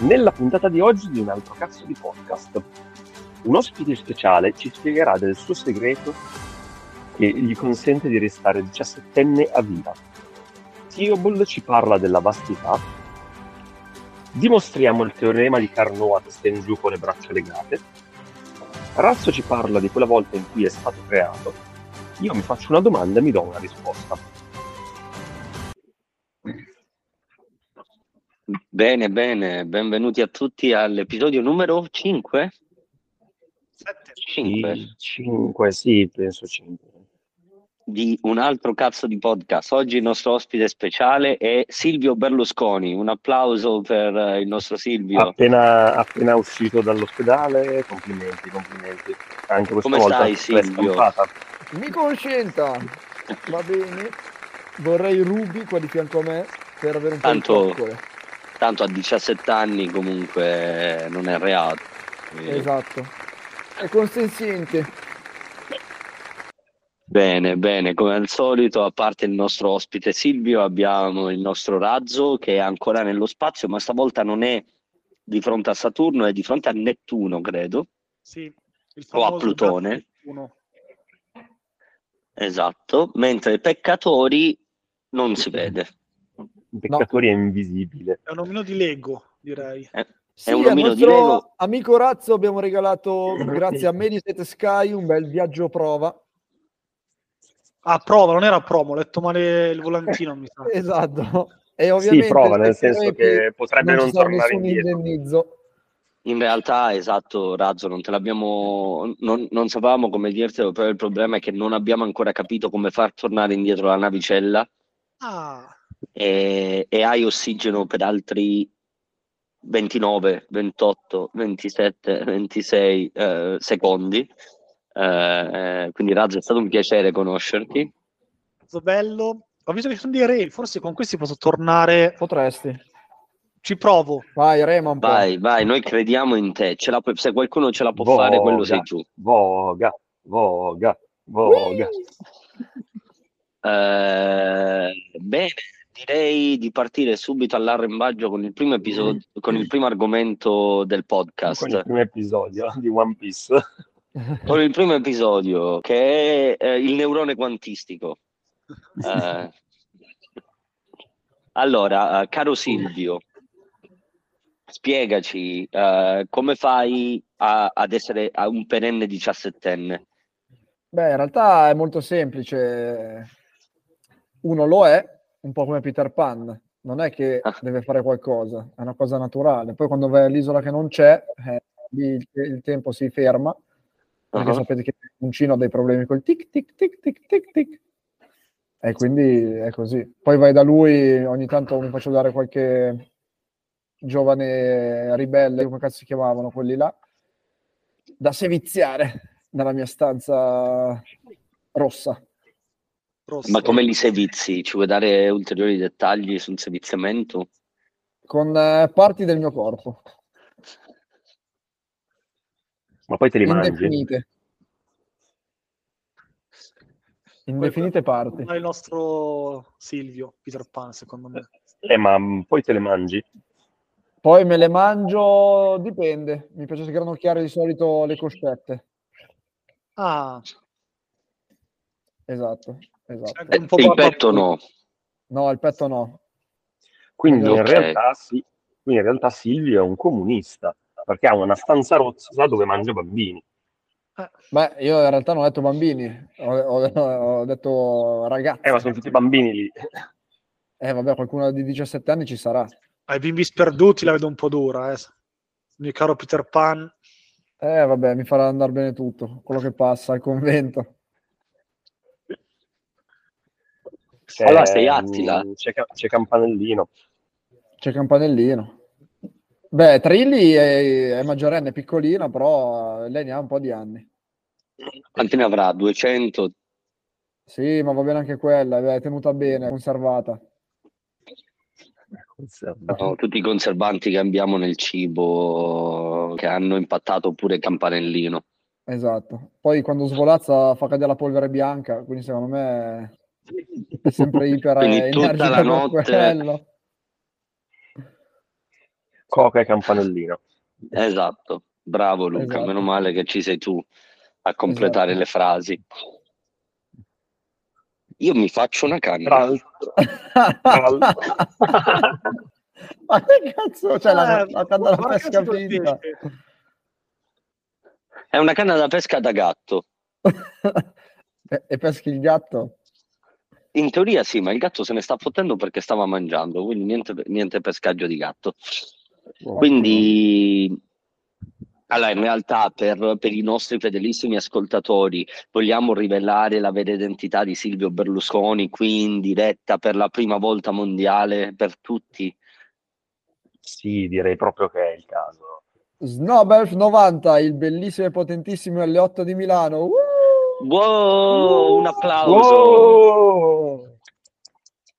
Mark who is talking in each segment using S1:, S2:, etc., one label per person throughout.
S1: nella puntata di oggi di un altro cazzo di podcast. Un ospite speciale ci spiegherà del suo segreto che gli consente di restare 17enne a vita. Theobald ci parla della vastità. Dimostriamo il teorema di Carnot che sta in giù con le braccia legate. Razzo ci parla di quella volta in cui è stato creato. Io mi faccio una domanda e mi do una risposta.
S2: Bene, bene, benvenuti a tutti all'episodio numero 5.
S3: 7.
S2: 5
S1: 5, sì, penso 5.
S2: di un altro cazzo di podcast. Oggi il nostro ospite speciale è Silvio Berlusconi. Un applauso per eh, il nostro Silvio.
S1: Ah. Appena, appena uscito dall'ospedale, complimenti, complimenti. Anche questa
S2: Come
S1: volta
S2: stai,
S1: l'hai
S2: Silvio?
S1: stampata.
S4: Mi consenta, va bene. Vorrei Ruby qua di fianco a me per avere un po'
S2: Tanto-
S4: di coccole.
S2: Tanto a 17 anni comunque eh, non è reato. Eh,
S4: Esatto. È consenziente.
S2: Bene, bene, come al solito, a parte il nostro ospite Silvio, abbiamo il nostro razzo che è ancora nello spazio, ma stavolta non è di fronte a Saturno, è di fronte a Nettuno, credo.
S3: Sì, il
S2: O a
S3: famoso
S2: Plutone.
S3: cazzo di Nettuno.
S2: Esatto, mentre peccatori non si vede.
S1: Il peccatore è invisibile.
S3: È un omino di Lego, direi.
S2: Eh,
S4: Sì,
S2: un
S4: al
S2: omino di
S4: nostro
S2: Lego.
S4: amico Razzo abbiamo regalato, grazie a Mediaset Sky, un bel viaggio prova.
S3: Ah, prova, non era promo, ho letto male il volantino, mi sa.
S4: Esatto. E
S1: Sì,
S4: ovviamente
S1: prova, nel
S4: se
S1: senso
S4: noi
S1: che potrebbe non,
S4: ci sarà
S1: tornare
S4: nessun
S1: indietro.
S4: indennizzo.
S2: In realtà, esatto, razzo, non te l'abbiamo, non, non sapevamo come dirtelo, però il problema è che non abbiamo ancora capito come far tornare indietro la navicella
S3: Ah,
S2: e, e hai ossigeno per altri 29, 28, 27, 26 eh, secondi. Eh, eh, quindi Razzo è stato un piacere conoscerti.
S3: cazzo bello. Ho visto che ci sono dei re, forse con questi posso tornare.
S4: Potresti.
S3: Ci provo.
S4: Vai, Rema un po'.
S2: Vai, vai, noi crediamo in te. Ce la pu- se qualcuno ce la può
S1: Boh,
S2: fare, quello sei
S1: dai.
S2: tu.
S1: Voga, voga, voga.
S2: Eh, bene, direi di partire subito all'arrembaggio con il primo episodio,
S3: Mm.
S2: con il primo argomento del podcast.
S1: Questo è il primo episodio di One Piece.
S2: Con il primo episodio che è eh, il neurone quantistico. Eh, allora, eh, caro Silvio, spiegaci eh, come fai a- ad essere a un perenne diciassettenne.
S4: Beh, in realtà è molto semplice. Uno lo è, un po' come Peter Pan, non è che
S2: Ah.
S4: deve fare qualcosa, è una cosa naturale. Poi quando vai all'isola che non c'è, eh, lì il, il tempo si ferma, perché
S2: Ah,
S4: sapete che il uncino ha dei problemi col tic tic tic tic tic tic. E quindi è così. Poi vai da lui, ogni tanto mi faccio dare qualche giovane ribelle, come cazzo si chiamavano quelli là, da seviziare nella mia stanza rossa.
S3: Rosso.
S2: Ma come li sevizi? Ci vuoi dare ulteriori dettagli sul seviziamento?
S4: con eh, parti del mio corpo
S1: Ma poi te li mangi.
S4: indefinite indefinite parti
S3: Ma il nostro Silvio, Peter Pan, secondo me.
S1: Eh, ma mm, poi te le mangi.
S4: poi me le mangio dipende mi piace sgranocchiare di solito le coscette
S3: Ah,
S4: esatto
S3: c'è
S4: esatto
S3: anche un po'
S2: il
S3: barba-
S2: petto no.
S4: no il petto no
S1: Quindi in,
S2: Ok.
S1: realtà, sì- quindi in realtà Silvio è un comunista, perché ha una stanza rossa dove mangia bambini.
S4: beh io in realtà non ho detto bambini ho, ho- ho detto ragazzi
S1: Eh, ma sono tutti bambini lì.
S4: eh vabbè qualcuno di 17 anni ci sarà
S3: Ai bimbi sperduti la vedo un po' dura, eh. Mio caro Peter Pan.
S4: eh vabbè mi farà andare bene tutto quello che passa al convento Cioè,
S1: C'è,
S2: Allora sei Attila.
S1: Cioè, mm, C'è, Ca- c'è Campanellino.
S4: C'è Campanellino. Beh, Trilli è, è maggiorenne, è piccolina, però lei ne ha un po' di anni. mm.
S2: Quanti ne avrà? 200?
S4: Sì, ma va bene anche quella, eh, è tenuta bene, è conservata. Mm.
S2: No, tutti i conservanti che abbiamo nel cibo che hanno impattato pure il campanellino.
S4: Esatto. Poi quando svolazza fa cadere la polvere bianca, quindi secondo me è sempre iper
S2: Quindi tutta
S4: energica
S2: la
S4: per
S2: notte-
S4: quello.
S1: Coca e campanellino.
S2: Esatto, bravo Luca,
S4: Eh. Esatto.
S2: meno male che ci sei tu a completare
S4: Esatto.
S2: le frasi. Io mi faccio una canna.
S1: Tra l'altro, Tra
S4: Ma che cazzo? Cioè, la,
S3: Eh,
S4: la canna da
S3: guarda che
S4: pesca
S3: cazzo col
S4: finta.
S3: pesce.
S2: È una canna da pesca da gatto.
S4: e, e peschi il gatto?
S2: In teoria sì, ma il gatto se ne sta fottendo perché stava mangiando, quindi niente, niente pescaggio di gatto. Quindi, allora, in realtà per, per i nostri fedelissimi ascoltatori vogliamo rivelare la vera identità di Silvio Berlusconi qui in diretta per la prima volta mondiale per tutti.
S1: sì, direi proprio che è il caso.
S4: Snobelf 90, il bellissimo e potentissimo L8 di Milano. Uh!
S1: Oh,
S2: Wow, un applauso!
S1: Wow!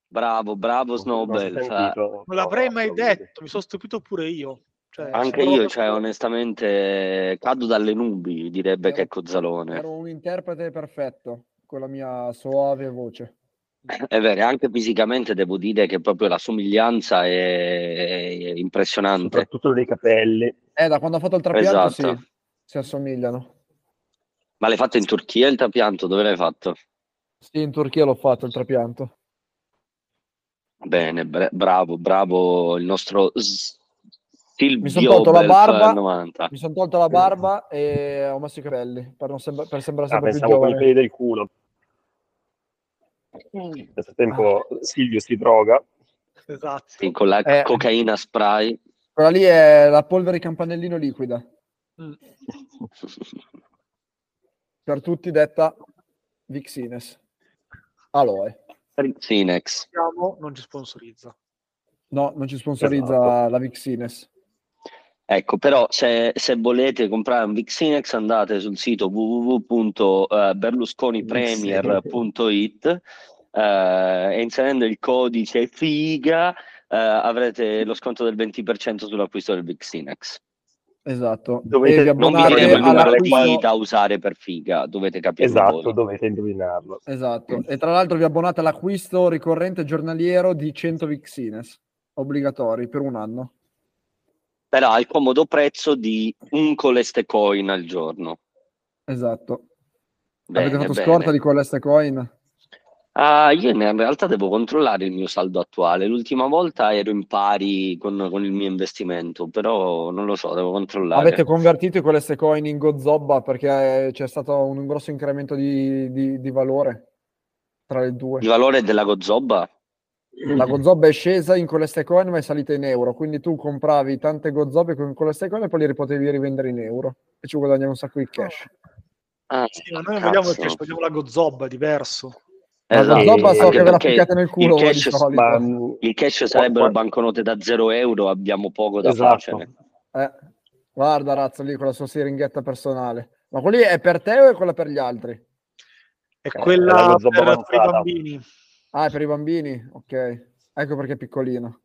S2: Bravo, bravo
S1: Oh! Non ho
S2: Snowbell.
S1: sentito.
S3: Non l'avrei
S1: No,
S3: mai
S1: no,
S3: detto, mi sono stupito pure io. Cioè,
S2: Anche
S3: sono
S2: io,
S3: proprio-
S2: cioè, onestamente, cado dalle nubi, direbbe che
S1: Eh.
S2: Cozzalone.
S4: Ero un interprete perfetto con la mia soave voce.
S2: È vero, anche fisicamente devo dire che proprio la somiglianza è è impressionante.
S1: Soprattutto dei capelli.
S4: Eh, da quando ha fatto il trapianto
S2: Esatto.
S4: sì, si assomigliano.
S2: Ma l'hai fatto in Turchia il trapianto? Dove l'hai fatto?
S4: Sì, in Turchia l'ho fatto il trapianto.
S2: Bene, bre- bravo, bravo il nostro S- Silvio
S4: Mi son tolto la
S2: Belf
S4: barba.
S2: 90.
S4: Mi sono tolto la barba e ho messo i capelli per, non sembra- per sembrare
S1: Ah,
S4: sempre più
S1: pensavo con i
S4: giovane.
S1: peli del culo. Nel frattempo Silvio si droga.
S3: Esatto.
S2: Sì, con la
S4: Eh.
S2: cocaina spray.
S4: Quella lì è la polvere campanellino liquida,
S3: Mm.
S4: per tutti detta Vixines. Aloe.
S2: Sinex.
S3: Siamo- Non ci sponsorizza.
S4: No, non ci sponsorizza
S1: Esatto.
S4: la Vixines.
S2: Ecco, però se, se volete comprare un Vixinex andate sul sito www.berlusconipremier.it eh, e inserendo il codice FIGA eh, avrete lo sconto del 20% sull'acquisto del Vixinex.
S4: Esatto.
S1: Dovete-
S4: e vi
S2: Non
S1: Abbonate
S2: vi diremo il numero
S1: all'acquisto-
S2: di dita a usare per figa, dovete capirlo
S1: Esatto,
S2: voi.
S1: dovete indovinarlo.
S4: Esatto. E tra l'altro vi abbonate all'acquisto ricorrente giornaliero di 100 Vixines, obbligatori per un anno.
S2: Però al comodo prezzo di un coleste coin al giorno.
S4: Esatto.
S2: Bene,
S4: Avete fatto
S2: bene.
S4: scorta di quell'est coin?
S2: Ah, io in realtà devo controllare il mio saldo attuale. L'ultima volta ero in pari con, con il mio investimento, però non lo so, devo controllare.
S4: Avete convertito i quell'est coin in gozobba perché eh, c'è stato un grosso incremento di, di- di valore tra le due.
S2: Il valore della gozobba?
S4: La gozobba è scesa in quell'est coin ma è salita in euro, quindi tu compravi tante gozobbe con quell'est coin e poi le potevi rivendere in euro e ci guadagni un sacco di cash.
S2: Ah,
S3: Sì, ma noi
S2: cazzo.
S3: vogliamo, cioè, vogliamo la gozobba, è diverso.
S4: La
S2: Esatto,
S4: gozobba so
S2: anche
S4: che ve la
S2: perché
S4: piccate nel culo
S2: il
S4: voi di
S2: cash
S4: solito.
S1: Ma, mm, mh,
S2: il cash sarebbero
S1: Qua-
S2: banconote da 0 euro, abbiamo poco da
S1: esatto.
S2: farcene.
S4: Eh, guarda Razza lì con la sua siringhetta personale. Ma quella lì è per te o è quella per gli altri?
S3: È
S1: è la
S3: quella
S1: gozobba
S3: per, per i
S1: avanzata.
S3: bambini.
S4: Ah, è per i bambini? Ok. Ecco perché è piccolino.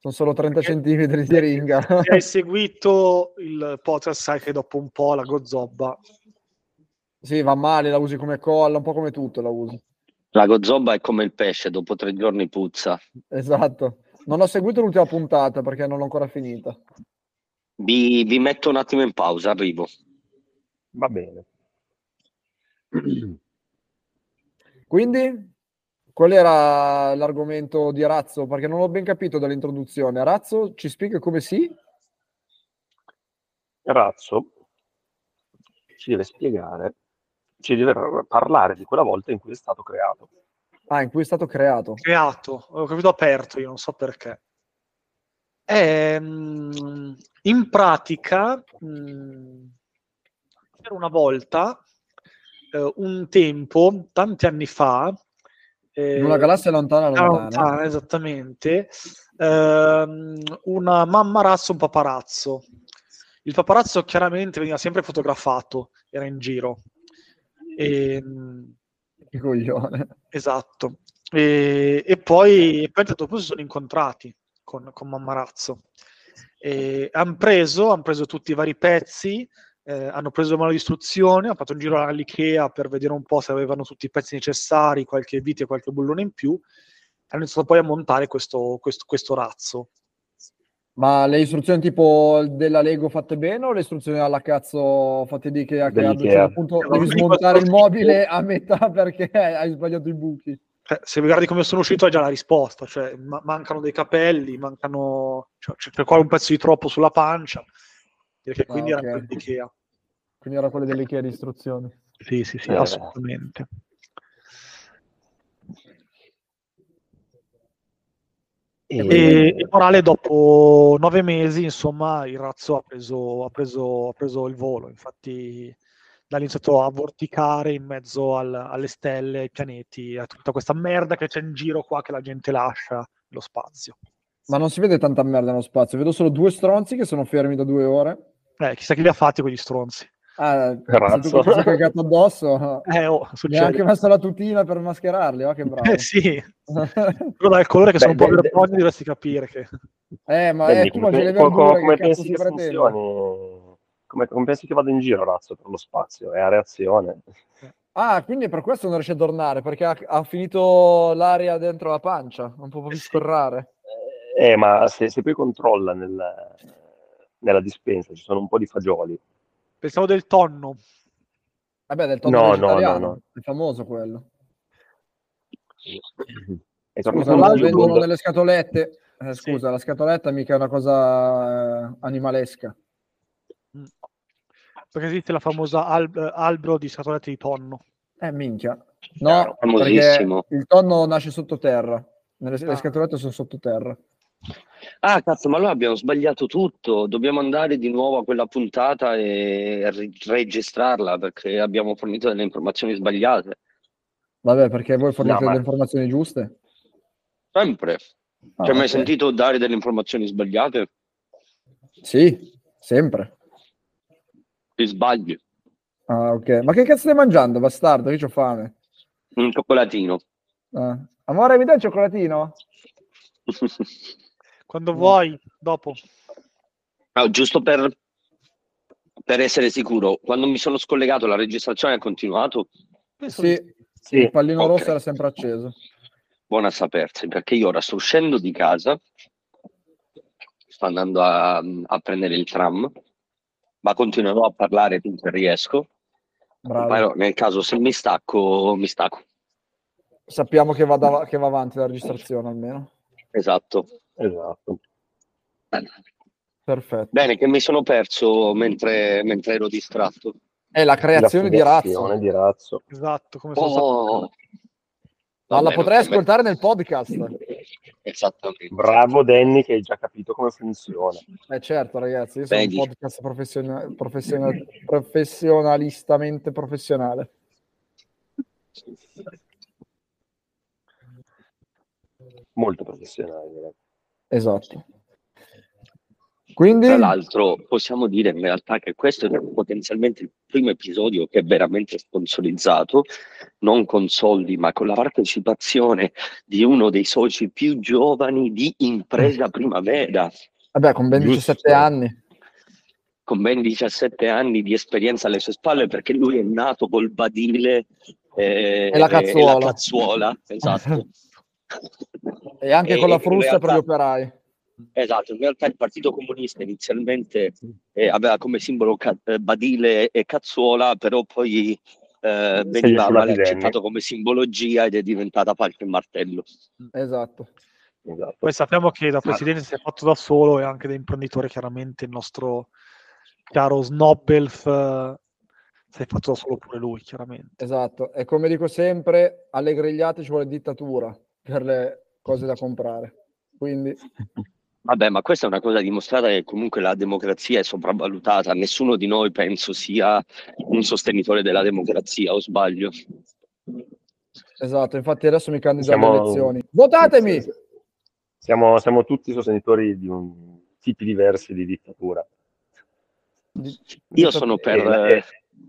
S4: Sono solo 30 centimetri di ringa.
S3: Se hai seguito il podcast, sai che dopo un po' la gozobba
S4: sì, va male, la usi come colla, un po' come tutto la usi.
S2: La gozobba è come il pesce, dopo tre giorni puzza.
S4: Esatto. Non ho seguito l'ultima puntata perché non l'ho ancora finita.
S2: Vi, vi metto un attimo in pausa, arrivo.
S1: Va bene.
S4: Quindi, qual era l'argomento di Razzo? Perché non l'ho ben capito dall'introduzione. Razzo ci spiega come si?
S1: Razzo ci deve spiegare, ci deve parlare di quella volta in cui è stato creato.
S4: Ah, in cui è stato creato.
S3: creato, ho capito aperto, io non so perché. Ehm, in pratica, mh, c'era una volta, eh, un tempo, tanti anni fa,
S4: In una
S3: eh,
S4: galassia lontana,
S3: Ah,
S4: lontana.
S3: ah, esattamente. Ehm, una mamma razzo, un paparazzo. Il paparazzo chiaramente veniva sempre fotografato, era in giro. Ehm,
S4: Che coglione.
S3: esatto. E, e poi, e poi a un certo punto si sono incontrati con, con mamma razzo. hanno preso, han preso tutti i vari pezzi, eh, hanno preso la mano di istruzione, hanno fatto un giro all'IKEA per vedere un po' se avevano tutti i pezzi necessari, qualche vite, qualche bullone in più, hanno iniziato poi a montare questo, questo, questo razzo.
S4: Ma le istruzioni tipo della Lego fatte bene o le istruzioni alla cazzo fatte di che ha creato?
S1: Dell'Ikea.
S4: Cioè, appunto, devi smontare il mobile a metà perché hai sbagliato i buchi.
S3: Eh, se guardi come sono uscito hai già la risposta, cioè ma- mancano dei capelli, mancano cioè, c'è c'è qua un pezzo di troppo sulla pancia, perché
S4: Ah,
S3: quindi
S4: ok.
S3: era quello di Ikea.
S4: Quindi era quelle delle chiare istruzioni.
S3: Sì, sì, sì,
S1: Eh.
S3: assolutamente. E, e morale, dopo nove mesi, insomma, il razzo ha preso, ha preso- ha preso il volo. Infatti, l'ha iniziato a vorticare in mezzo al- alle stelle, ai pianeti, a tutta questa merda che c'è in giro qua che la gente lascia nello spazio.
S4: Ma non si vede tanta merda nello spazio, vedo solo due stronzi che sono fermi da due ore.
S3: Eh, chissà chi li ha fatti quegli stronzi.
S4: Ah, se
S1: Razzo.
S4: tu ti sei cagato addosso,
S3: Eh,
S4: mi
S3: oh,
S4: ha anche
S3: succede.
S4: messo la tutina per mascherarli, va che bravo.
S3: Eh, sì, però dal colore che
S1: Beh,
S3: sono un po'
S1: beh, beh.
S3: vergogni dovresti capire che...
S4: Eh, ma
S1: Beh,
S4: eh, tu
S1: come,
S4: mangi le
S1: come-
S4: verdure,
S1: come
S4: che cazzo
S1: pensi
S4: si
S1: che
S4: pretende?
S1: funzioni? Come, come pensi che vada in giro Razzo per lo spazio? È a reazione.
S4: Ah, quindi per questo non riesce a tornare, perché ha, ha finito l'aria dentro la pancia, non può più scorrere.
S1: Eh, ma se, se poi controlla nel- nella dispensa ci sono un po' di fagioli.
S3: Pensavo del tonno.
S4: Vabbè, Eh del tonno
S1: No, no,
S4: vegetariano,
S1: no, no.
S4: è famoso quello.
S1: È
S4: Scusa,
S1: tornato
S4: là
S1: un
S4: lo
S1: giorno-
S4: vendono nelle scatolette. Eh,
S3: Sì.
S4: scusa, la scatoletta mica è una cosa eh, animalesca.
S3: Mm. Perché esiste la famosa al- eh, albero di scatolette di tonno.
S4: Eh, minchia. No, perché
S2: Famosissimo.
S4: il tonno nasce sottoterra. Nelle,
S3: Ah.
S4: Le scatolette sono sottoterra.
S2: Ah, cazzo, ma allora abbiamo sbagliato tutto. Dobbiamo andare di nuovo a quella puntata e ri- registrarla perché abbiamo fornito delle informazioni sbagliate.
S4: Vabbè, perché voi fornite
S1: No, ma-
S4: le informazioni giuste?
S2: Sempre.
S4: Ah,
S2: Ti hai mai
S4: ok.
S2: sentito dare delle informazioni sbagliate?
S4: Sì, sempre.
S2: Ti sbagli.
S4: Ah, ok. Ma che cazzo stai mangiando, bastardo? Che c'ho fame.
S2: Un cioccolatino.
S4: Ah. Amore, mi dai il cioccolatino?
S3: Quando
S4: Mm.
S3: vuoi, dopo.
S2: Ah, giusto per, per essere sicuro, quando mi sono scollegato la registrazione ha continuato.
S3: Penso di
S4: Sì,
S1: Sì.
S4: il pallino
S2: ok.
S4: rosso era sempre acceso.
S2: Buona a sapersi, perché io ora sto uscendo di casa, sto andando a, a prendere il tram, ma continuerò a parlare finché riesco.
S4: Bravo.
S2: Però nel caso se mi stacco, mi stacco.
S4: Sappiamo che va, dav- che va avanti la registrazione almeno.
S2: Esatto.
S1: Esatto.
S4: Perfetto.
S2: Bene, che mi sono perso mentre, mentre ero distratto.
S4: È la creazione di
S1: L'affiliazione
S4: razzo.
S1: di razzo.
S3: Esatto, come sono stato-
S2: Oh,
S4: Ma la
S2: vabbè,
S4: potrei
S2: non so
S4: ascoltare nel podcast.
S2: me- Esattamente.
S1: Bravo Danny che hai già capito come funziona.
S4: Eh certo, ragazzi, io sono
S2: Vedi.
S4: un podcast professiona- professiona- professionalistamente professionale.
S1: Molto professionale. direi.
S4: Esatto. Quindi
S2: Tra l'altro possiamo dire in realtà che questo è potenzialmente il primo episodio che è veramente sponsorizzato, non con soldi, ma con la partecipazione di uno dei soci più giovani di Impresa
S4: Mm.
S2: Primavera,
S4: Vabbè, con ben
S1: Giusto.
S4: 17 anni.
S2: con ben 17 anni di esperienza alle sue spalle, perché lui è nato col badile eh,
S4: E la cazzuola.
S2: cazzuola, esatto.
S4: E anche con la
S2: in
S4: frusta per gli
S2: realtà-
S4: operai.
S2: Esatto, in realtà il Partito Comunista inizialmente eh, aveva come simbolo ca- eh, badile e cazzuola, però poi eh, veniva
S1: sulla
S2: male
S1: Pirelli.
S2: accettato come simbologia ed è diventata palco e martello.
S4: Esatto.
S1: Esatto.
S3: Poi sappiamo che da presidente si è fatto da solo e anche da imprenditore, chiaramente il nostro caro Snobbelf eh, si è fatto da solo pure lui, chiaramente.
S4: Esatto, e come dico sempre, alle grigliate ci vuole dittatura per le cose da comprare. Quindi,
S2: Vabbè, ma questa è una cosa dimostrata che comunque la democrazia è sopravvalutata, nessuno di noi penso sia un sostenitore della democrazia, o sbaglio?
S4: esatto, infatti adesso mi candido alle
S1: Siamo-
S4: elezioni. Votatemi!
S1: Siamo, siamo tutti sostenitori di un- tipi diversi di dittatura.
S2: Io sono per...
S1: E la,
S2: eh,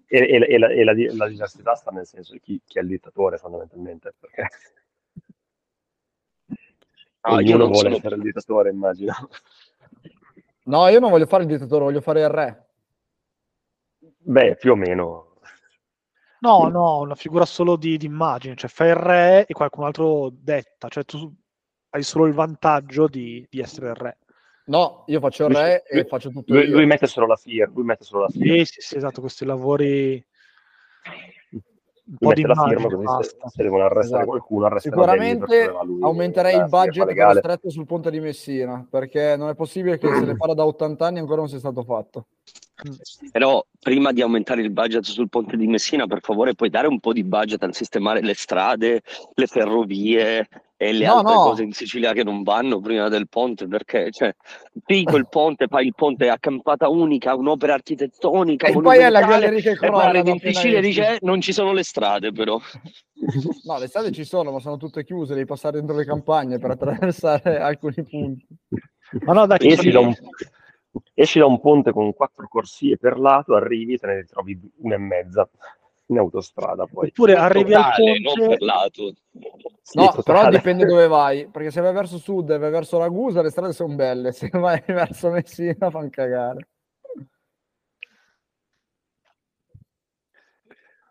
S1: e- e- e la- e la- e la di- la diversità sta nel senso di chi, chi è il dittatore fondamentalmente, perché
S2: no, Ah, io
S1: ognuno
S2: non
S1: vuole
S2: sono-
S1: essere il dittatore, immagino.
S4: No, io non voglio fare il dittatore, voglio fare il re.
S1: Beh, più o meno.
S3: No, no, una figura solo di, di immagine, cioè fai il re e qualcun altro detta, cioè tu hai solo il vantaggio di, di essere il re.
S4: No, io faccio il re e
S1: Lui-
S4: faccio tutto
S1: Lui,
S4: io.
S1: lui mette solo la firma, lui mette solo la firma.
S3: Sì, sì, sì, esatto, questi lavori un
S1: Lui
S3: po'
S1: mette
S3: di
S1: la firma
S3: immagine,
S1: così se,
S3: basta.
S1: se devono arrestare
S4: Esatto.
S1: qualcuno, arrestano Danny
S4: Sicuramente
S1: per lui,
S4: aumenterei
S1: la
S4: il budget
S1: firma
S4: per lo
S1: legale.
S4: stretto sul ponte di Messina, perché non è possibile che se ne parla da 80 anni e ancora non sia stato fatto.
S2: Però prima di aumentare il budget sul ponte di Messina, per favore, puoi dare un po' di budget al sistemare le strade, le ferrovie e le
S4: No,
S2: altre
S4: no.
S2: cose in Sicilia che non vanno prima del ponte, perché cioè, sì, quel ponte, poi il ponte a campata unica, un'opera architettonica,
S4: E poi è la
S2: Cioè, monumentale,
S4: galleria che
S2: e poi
S4: crolla.
S2: arrivi
S4: no,
S2: in
S4: appena
S2: Sicilia e
S4: esci.
S2: dice "Eh, non ci sono le strade però.
S4: No, le strade ci sono, ma sono tutte chiuse, devi passare dentro le campagne per attraversare alcuni punti.
S3: Ma no, dai, ci
S1: Esci da,
S3: sono-
S1: un, esci da un ponte con quattro corsie per lato, arrivi e te ne trovi una e mezza in autostrada. Poi
S3: oppure arrivi al
S2: Totale, non per
S3: ponte,
S2: lato.
S1: Sì,
S4: No,
S1: totale.
S4: però dipende dove vai, perché se vai verso sud e vai verso Ragusa le strade sono belle, se vai verso Messina fanno cagare.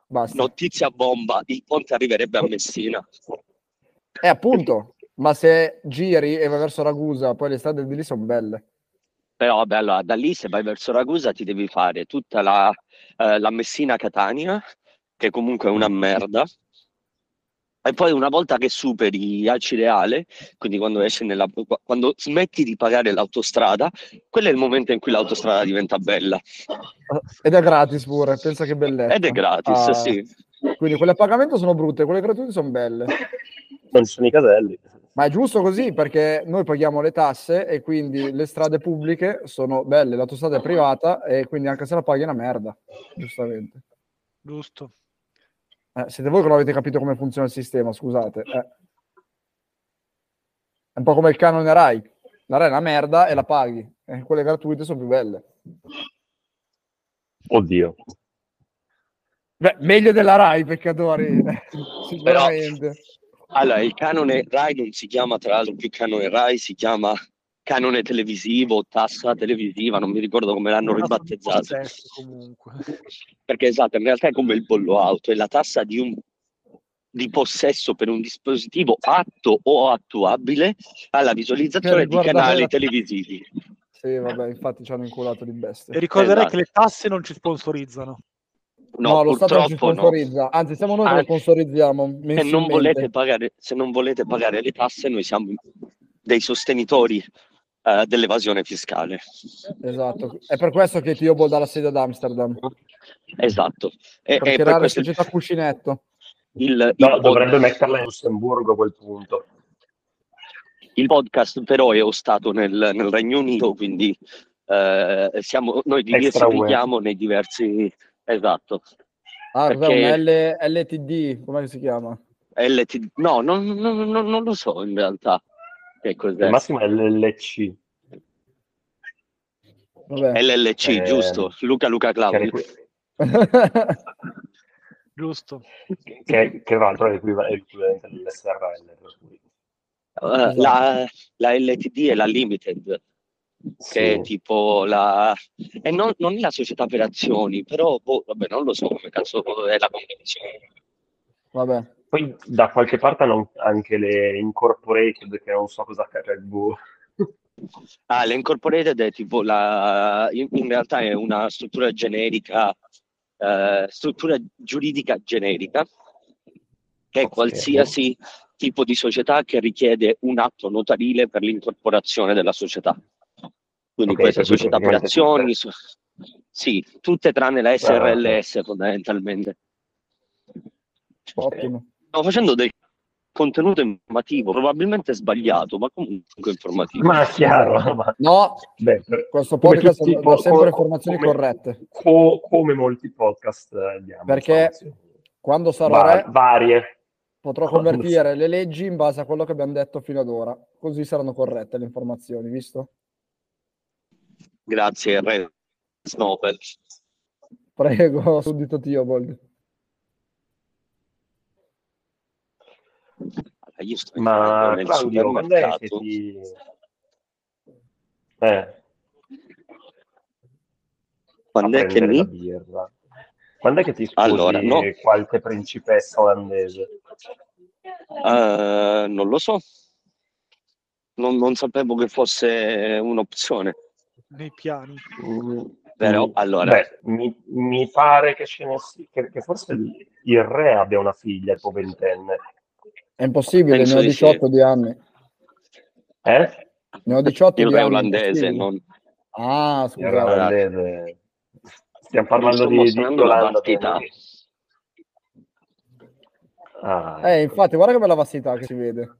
S4: Basta.
S2: Notizia bomba, il ponte arriverebbe a Messina.
S4: E Eh, appunto, ma se giri e vai verso Ragusa, poi le strade di lì sono belle.
S2: Però vabbè, allora, da lì se vai verso Ragusa ti devi fare tutta la, eh, la Messina Catania, che comunque è una merda. E poi una volta che superi Acireale, quindi quando esci nella, quando smetti di pagare l'autostrada, quello è il momento in cui l'autostrada diventa bella.
S4: Ed è gratis pure, pensa che bellezza.
S2: Ed è gratis,
S4: Ah,
S2: sì.
S4: Quindi quelle a pagamento sono brutte, quelle gratuite sono belle.
S1: Non ci sono i caselli.
S4: Ma è giusto così perché noi paghiamo le tasse e quindi le strade pubbliche sono belle, l'autostrada è privata e quindi anche se la paghi è una merda, giustamente.
S3: giusto.
S4: Eh, siete voi che non avete capito come funziona il sistema, scusate. eh. È un po' come il canone Rai. La Rai è una merda e la paghi. E quelle gratuite sono più belle.
S1: Oddio.
S4: Beh, meglio della Rai, peccatori. Eh, Sicuramente.
S2: Allora, il canone Rai non si chiama tra l'altro più canone Rai, si chiama canone televisivo, tassa televisiva, non mi ricordo come l'hanno
S3: È stato un
S2: ribattezzato.
S3: processo, comunque.
S2: Perché esatto, in realtà è come il bollo auto, è la tassa di, un- di possesso per un dispositivo atto o attuabile alla
S4: Che
S2: visualizzazione di
S4: riguarda
S2: canali
S4: la-
S2: televisivi.
S4: Sì, vabbè, infatti ci hanno inculato di bestie.
S3: E ricorderei
S2: Esatto.
S3: che le tasse non ci sponsorizzano.
S2: No,
S4: lo Stato non ci
S2: purtroppo no.
S4: sponsorizza. Anzi, siamo noi che lo
S2: Anzi,
S4: sponsorizziamo.
S2: Se non,
S4: mensilmente.
S2: volete pagare, se non volete pagare le tasse, noi siamo dei sostenitori eh, dell'evasione fiscale.
S4: Esatto. È per questo che Tio dà la sede ad Amsterdam.
S2: Esatto. E,
S4: Per
S2: e per
S4: creare la
S2: questo il,
S4: società Cuscinetto.
S2: il-
S1: No,
S2: il
S1: dovrebbe metterla in Lussemburgo a quel punto.
S2: Il podcast però è ostato nel, nel Regno Unito, quindi eh, siamo, noi
S1: Extra UE.
S2: diversifichiamo nei diversi... Esatto.
S4: Ah, cos'è?
S2: Perché-
S4: Un L- LTD, come si chiama?
S2: LT... No, non, non- non- non lo so in realtà che cos'è.
S1: Il Eh, massimo è l'LC.
S4: Vabbè.
S2: LLC,
S1: Eh,
S2: giusto? Luca
S1: che
S2: Luca
S1: è
S2: Claudio.
S1: l'equi-
S3: Giusto.
S1: Che, che tra l'altro è l'equiva- è l'equivalente dell'SRL. per cui-
S2: Eh, la, la LTD è la Limited, che è
S1: Sì.
S2: tipo la... E non, non è la società per azioni, però boh, vabbè, non lo so come cazzo è la convenzione.
S4: Vabbè.
S1: Poi da qualche parte hanno anche le incorporated, che non so cosa cioè, boh.
S2: Ah, l'incorporated è tipo la, in, in realtà è una struttura generica, eh, struttura giuridica generica, che è
S1: Ok.
S2: qualsiasi tipo di società che richiede un atto notarile per l'incorporazione della società. Quindi
S1: Ok,
S2: queste
S1: per cui
S2: società per
S1: praticamente
S2: azioni, so- sì, tutte tranne la SRLS fondamentalmente.
S4: Ottimo.
S2: Stiamo facendo del contenuto informativo, probabilmente sbagliato, ma comunque informativo.
S1: Ma chiaro, ma-
S4: No,
S1: beh, per-
S4: questo
S1: Come
S4: podcast
S1: tutti i
S4: dà
S1: po-
S4: sempre
S1: co-
S4: informazioni
S1: come-
S4: corrette.
S1: co- come molti podcast eh, diamo
S4: Perché
S1: informazioni.
S4: Quando sarò
S1: Va-
S4: re,
S1: varie.
S4: potrò convertire le leggi in base a quello che abbiamo detto fino ad ora. Così saranno corrette le informazioni, visto?
S2: Grazie, Re Snowbell.
S4: Prego, subito Tiobold.
S2: Allora, io sto
S1: Ma
S2: entrando nel
S1: Claudio, quando è che
S2: supermercato.
S1: ti... Eh,
S2: Quando
S1: a
S2: è che
S1: prendere la
S2: mi?
S1: birra? Quando è che ti sposi
S2: Allora, no.
S1: qualche principessa olandese?
S2: Eh, non lo so. non, non sapevo che fosse un'opzione.
S3: nei piani.
S2: Mm, Però allora,
S1: Mm. Beh, mi, mi pare che, ce ne si- che, che forse il re abbia una figlia, tipo ventenne.
S4: È impossibile,
S2: Penso
S4: ne ho
S2: di
S4: 18
S2: sì.
S4: di anni.
S1: Eh?
S4: Ne ho 18
S2: il
S4: di
S2: re
S4: anni,
S2: olandese,
S4: impossibile.
S2: non,
S4: Ah,
S1: Il
S4: scusa.
S1: re olandese. Stiamo parlando
S2: sto
S1: di, di
S2: mostrando la
S1: Yolanda,
S2: partita.
S1: quindi- Ah,
S4: Eh, infatti, guarda che bella vastità che si vede.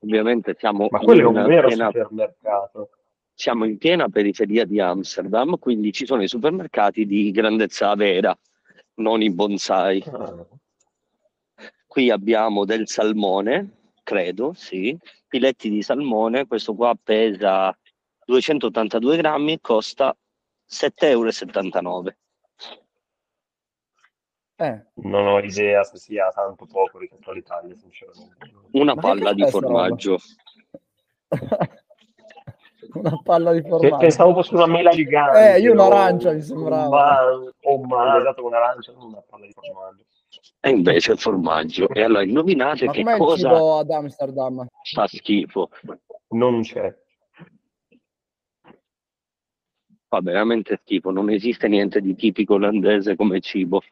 S2: ovviamente siamo
S1: ma quello è
S2: in
S1: un vero
S2: piena-
S1: supermercato.
S2: siamo in piena periferia di Amsterdam, quindi ci sono i supermercati di grandezza vera, non i bonsai.
S1: Ah.
S2: Qui abbiamo del salmone, credo, sì, filetti di salmone, questo qua pesa 282 grammi e costa 7,79 euro.
S4: Eh,
S1: Non ho idea se sia tanto poco rispetto all'Italia, sinceramente.
S2: Una
S4: Ma che
S2: palla
S4: cazzo
S2: di
S4: è sta
S2: formaggio.
S4: una palla di
S1: Pe-
S4: formaggio.
S1: Pensavo fosse una mela gigante.
S4: Eh, io
S1: no?
S4: un'arancia mi sembrava.
S1: Un man- Oh, ma esatto, un'arancia, non una palla di formaggio.
S2: E invece il formaggio. E allora indovinate
S4: Ma
S2: che
S4: com'è il
S2: cosa
S4: cibo ad Amsterdam?
S2: fa schifo.
S1: Non c'è.
S2: Fa veramente schifo, non esiste niente di tipico olandese come cibo.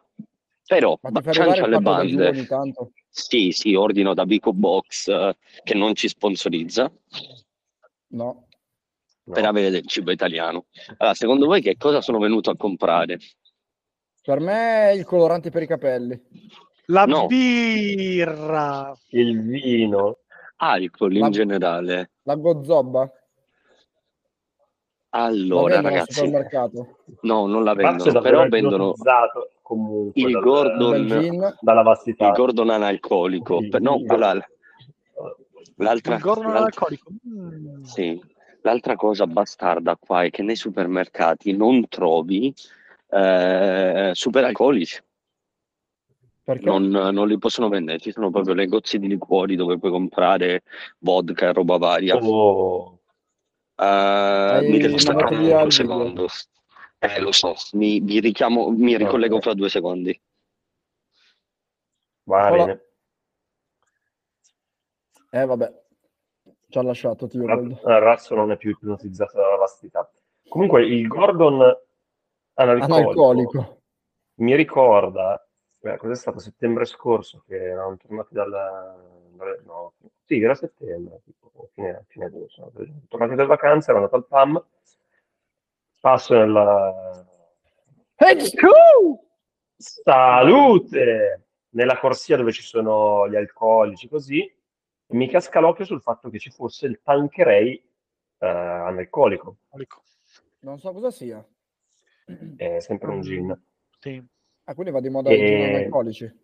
S2: Però,
S4: Ma ti fa arrivare
S2: ciancia
S4: il
S2: le
S4: fatto da giù
S2: bande.
S4: ogni tanto?
S2: Sì, sì, ordino da Bico Box eh, che non ci sponsorizza
S4: No.
S1: No.
S2: per avere del cibo italiano. Allora, secondo voi che cosa sono venuto a comprare?
S4: Per me è il colorante per i capelli.
S3: La
S2: No.
S3: birra.
S1: Il vino.
S2: Alcol in
S4: Ma-
S2: generale.
S4: La gozzobba? La
S2: Allora,
S4: vendono al
S2: ragazzi,
S4: supermercato?
S2: no, non la
S1: Max è
S2: vendono,
S1: davvero
S2: però vendono
S1: ipnotizzato comunque
S2: il
S1: dal-
S2: Gordon.
S4: Del
S2: Non-
S4: gin?
S1: dalla vastità. Oh,
S2: il Gordon analcolico.
S1: Sì.
S2: Per- No, quella- l'altra,
S3: Il gorno
S2: l'altra-
S3: alcolico. Mm.
S2: Sì, l'altra cosa bastarda qua è che nei supermercati non trovi eh, superalcolici,
S4: Perché?
S2: non, non li possono vendere, ci sono proprio negozi di liquori dove puoi comprare vodka, roba varia.
S1: Oh,
S2: Eh, mi devo
S4: Hai
S2: staccare
S4: mandato via
S2: un
S4: il
S2: secondo. Eh, lo so, mi, vi richiamo, mi ricollego fra due secondi.
S1: va
S4: Hola.
S1: bene.
S4: Eh, vabbè. Ci ha lasciato, ti
S1: Ra-
S4: ricordo.
S1: Razzo non è più ipnotizzato dalla vastità. Comunque, il Gordon analcolico,
S4: Analcolico.
S1: mi ricorda, eh, cos'è stato settembre scorso che eravamo tornati dalla... dalle- No, sì, era settembre, tipo, fine, fine agosto. Sono tornati dalle vacanze, ero andato al PAM, passo nella...
S4: Ecco!
S1: Salute! Nella corsia dove ci sono gli alcolici, così, mi casca l'occhio sul fatto che ci fosse il Tanqueray eh, analcolico,
S3: Alcolico.
S4: Non so cosa sia.
S1: è eh, sempre un gin.
S3: Sì.
S4: Ah, quindi va di moda i gin
S1: Eh,
S4: analcolici.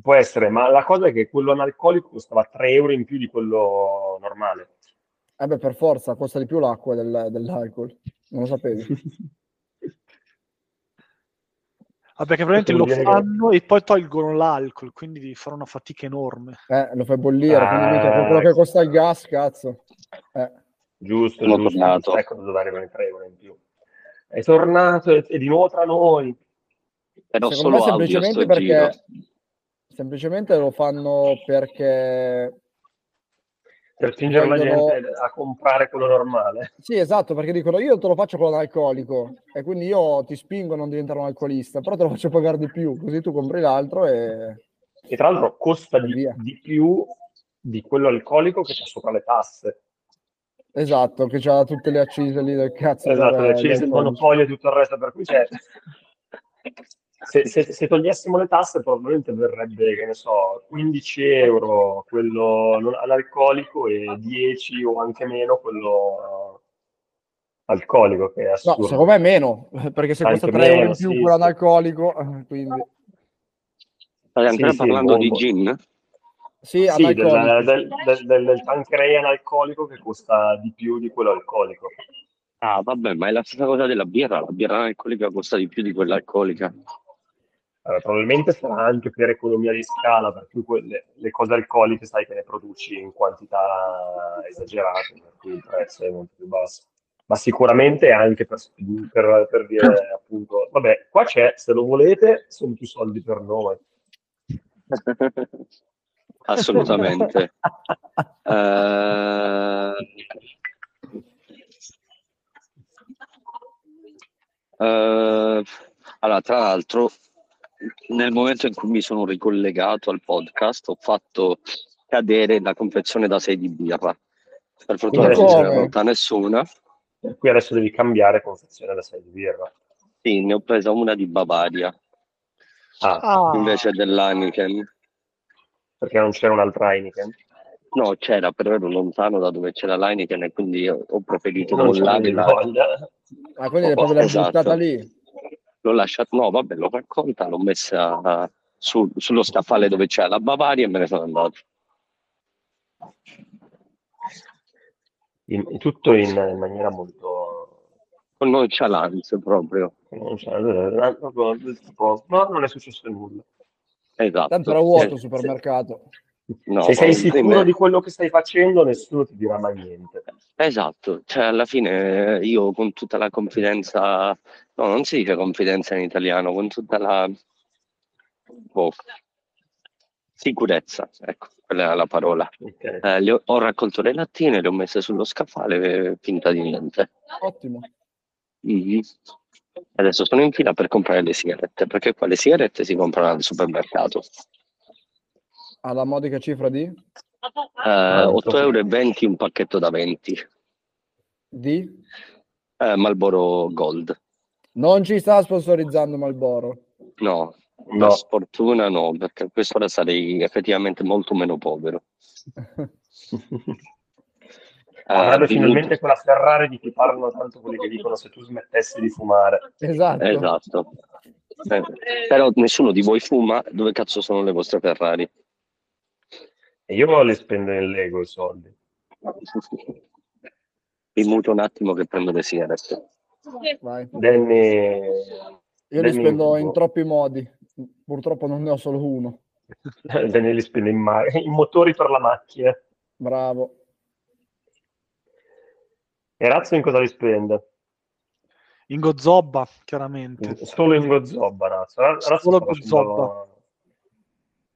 S1: Può essere, ma la cosa è che quello analcolico costava 3 euro in più di quello normale.
S4: Eh beh, per forza, costa di più l'acqua del- dell'alcol. Non lo sapevi.
S3: Vabbè, che probabilmente
S1: Vuol
S3: lo
S1: dire che-
S3: fanno e poi tolgono l'alcol, quindi devi fare una fatica enorme.
S4: Eh, lo fai bollire, quindi
S1: Ah,
S4: mica con quello che
S1: ecco.
S4: costa il gas, cazzo. Eh,
S1: Giusto,
S2: Sono
S1: giusto,
S2: tornato.
S1: giusto, ecco da dove arrivano i 3 euro in più. È tornato, è è di nuovo tra noi.
S2: Però
S4: Secondo
S2: solo
S4: me
S2: audio sto
S4: semplicemente perché
S2: giro.
S4: semplicemente lo fanno perché
S1: Per spingere la
S4: Prendono-
S1: gente a comprare quello normale.
S4: sì, esatto, perché dicono io te lo faccio con l'alcolico e quindi io ti spingo a non diventare un alcolista, però te lo faccio pagare di più, così tu compri l'altro e
S1: E tra l'altro costa di,
S4: Via.
S1: di più di quello alcolico che c'è sopra le tasse.
S4: esatto, che c'ha tutte le accise lì del cazzo.
S1: Esatto,
S4: per,
S1: le accise, il
S4: gli alcolici.
S1: monopolio e tutto il resto, per cui c'è. Se, se- se togliessimo le tasse probabilmente verrebbe, che ne so, 15 euro quello non- all'alcolico e 10 o anche meno quello alcolico, che è assurdo.
S4: No, secondo me meno, perché se costa
S1: Anche
S4: 3 euro in
S1: meno,
S4: più
S1: sì,
S4: quello
S1: sì.
S4: analcolico, eh, quindi
S2: Stai ancora
S1: sì,
S2: parlando di
S1: buono.
S2: gin?
S4: sì,
S1: Sì,
S4: analcolico.
S1: del, del, del, del, del Tanqueray analcolico che costa di più di quello alcolico.
S2: Ah, vabbè, ma è la stessa cosa della birra. La birra alcolica costa di più di quella alcolica.
S1: Allora, probabilmente sarà anche per economia di scala, per cui quelle, le cose alcoliche sai che le produci in quantità esagerate, per cui il prezzo è molto più basso. Ma sicuramente anche per, per- per dire appunto, vabbè, qua c'è, se lo volete, sono più soldi per noi.
S2: assolutamente. Eh, eh, allora, tra l'altro, nel momento in cui mi sono ricollegato al podcast, ho fatto cadere la confezione da 6 di birra. Per fortuna
S1: Ma
S2: non se ne è
S4: come?
S2: rotta nessuna.
S1: Per cui adesso devi cambiare confezione da 6 di birra.
S2: Sì, ne ho presa una di Bavaria
S1: Ah,
S3: Ah,
S2: invece dell'Aniken.
S1: perché non c'era un'altra Heineken?
S2: No, c'era, però ero lontano da dove c'era l'Heineken e quindi io ho preferito
S1: Non c'era
S2: mollarla.
S1: voglia.
S4: Ah, quindi l'hai
S2: Oh,
S4: proprio
S2: esatto.
S4: buttata lì.
S2: L'ho lasciata, no, vabbè, l'ho raccolta, l'ho messa su- sullo scaffale dove c'è la Bavaria e me ne sono andato.
S1: In- tutto in, in maniera molto...
S2: Con nonchalance proprio.
S1: Non c'è, eh, proprio, tipo, no, non è successo nulla.
S2: Esatto.
S4: Tanto era vuoto il
S2: Eh,
S4: supermercato.
S2: no,
S1: Se sei
S2: ma-
S1: sicuro di quello che stai facendo, nessuno ti dirà mai niente.
S2: Esatto, cioè alla fine eh, io con tutta la confidenza, no, non si dice confidenza in italiano, con tutta la boh, sicurezza, ecco, quella è la parola.
S1: Ok.
S2: Eh, le ho, ho raccolto le lattine, le ho messe sullo scaffale, eh, finta di niente.
S4: Ottimo.
S2: Mhm. Adesso sono in fila per comprare le sigarette, perché qua le sigarette si comprano al supermercato.
S4: Alla modica cifra di?
S2: Eh, 8,20 euro un pacchetto da 20,
S4: Di?
S2: eh, Marlboro Gold.
S4: Non ci sta sponsorizzando Malboro.
S2: No,
S1: No,
S2: Per sfortuna no, perché a quest'ora sarei effettivamente molto meno povero. Eh,
S1: avrebbe
S2: vi-
S1: finalmente quella Ferrari di cui parlano tanto quelli che dicono se tu smettessi di fumare.
S4: Esatto.
S2: Esatto. Eh, però nessuno di voi fuma, dove cazzo sono le vostre Ferrari?
S1: E io le spendo in Lego i soldi.
S2: Vi muto un attimo che prendo le sigarette.
S4: Vai.
S1: Danny...
S4: Io li
S1: Danny-
S4: spendo in troppi modi. Purtroppo non ne ho solo uno.
S1: Danny li spende in, ma- in motori per la macchina.
S4: Bravo.
S1: E Razzo in cosa li spende?
S3: in Gozobba, chiaramente.
S1: Solo in Gozobba, Razzo. Ra- Razzo
S3: Solo
S1: sta facendo-
S3: Gozobba.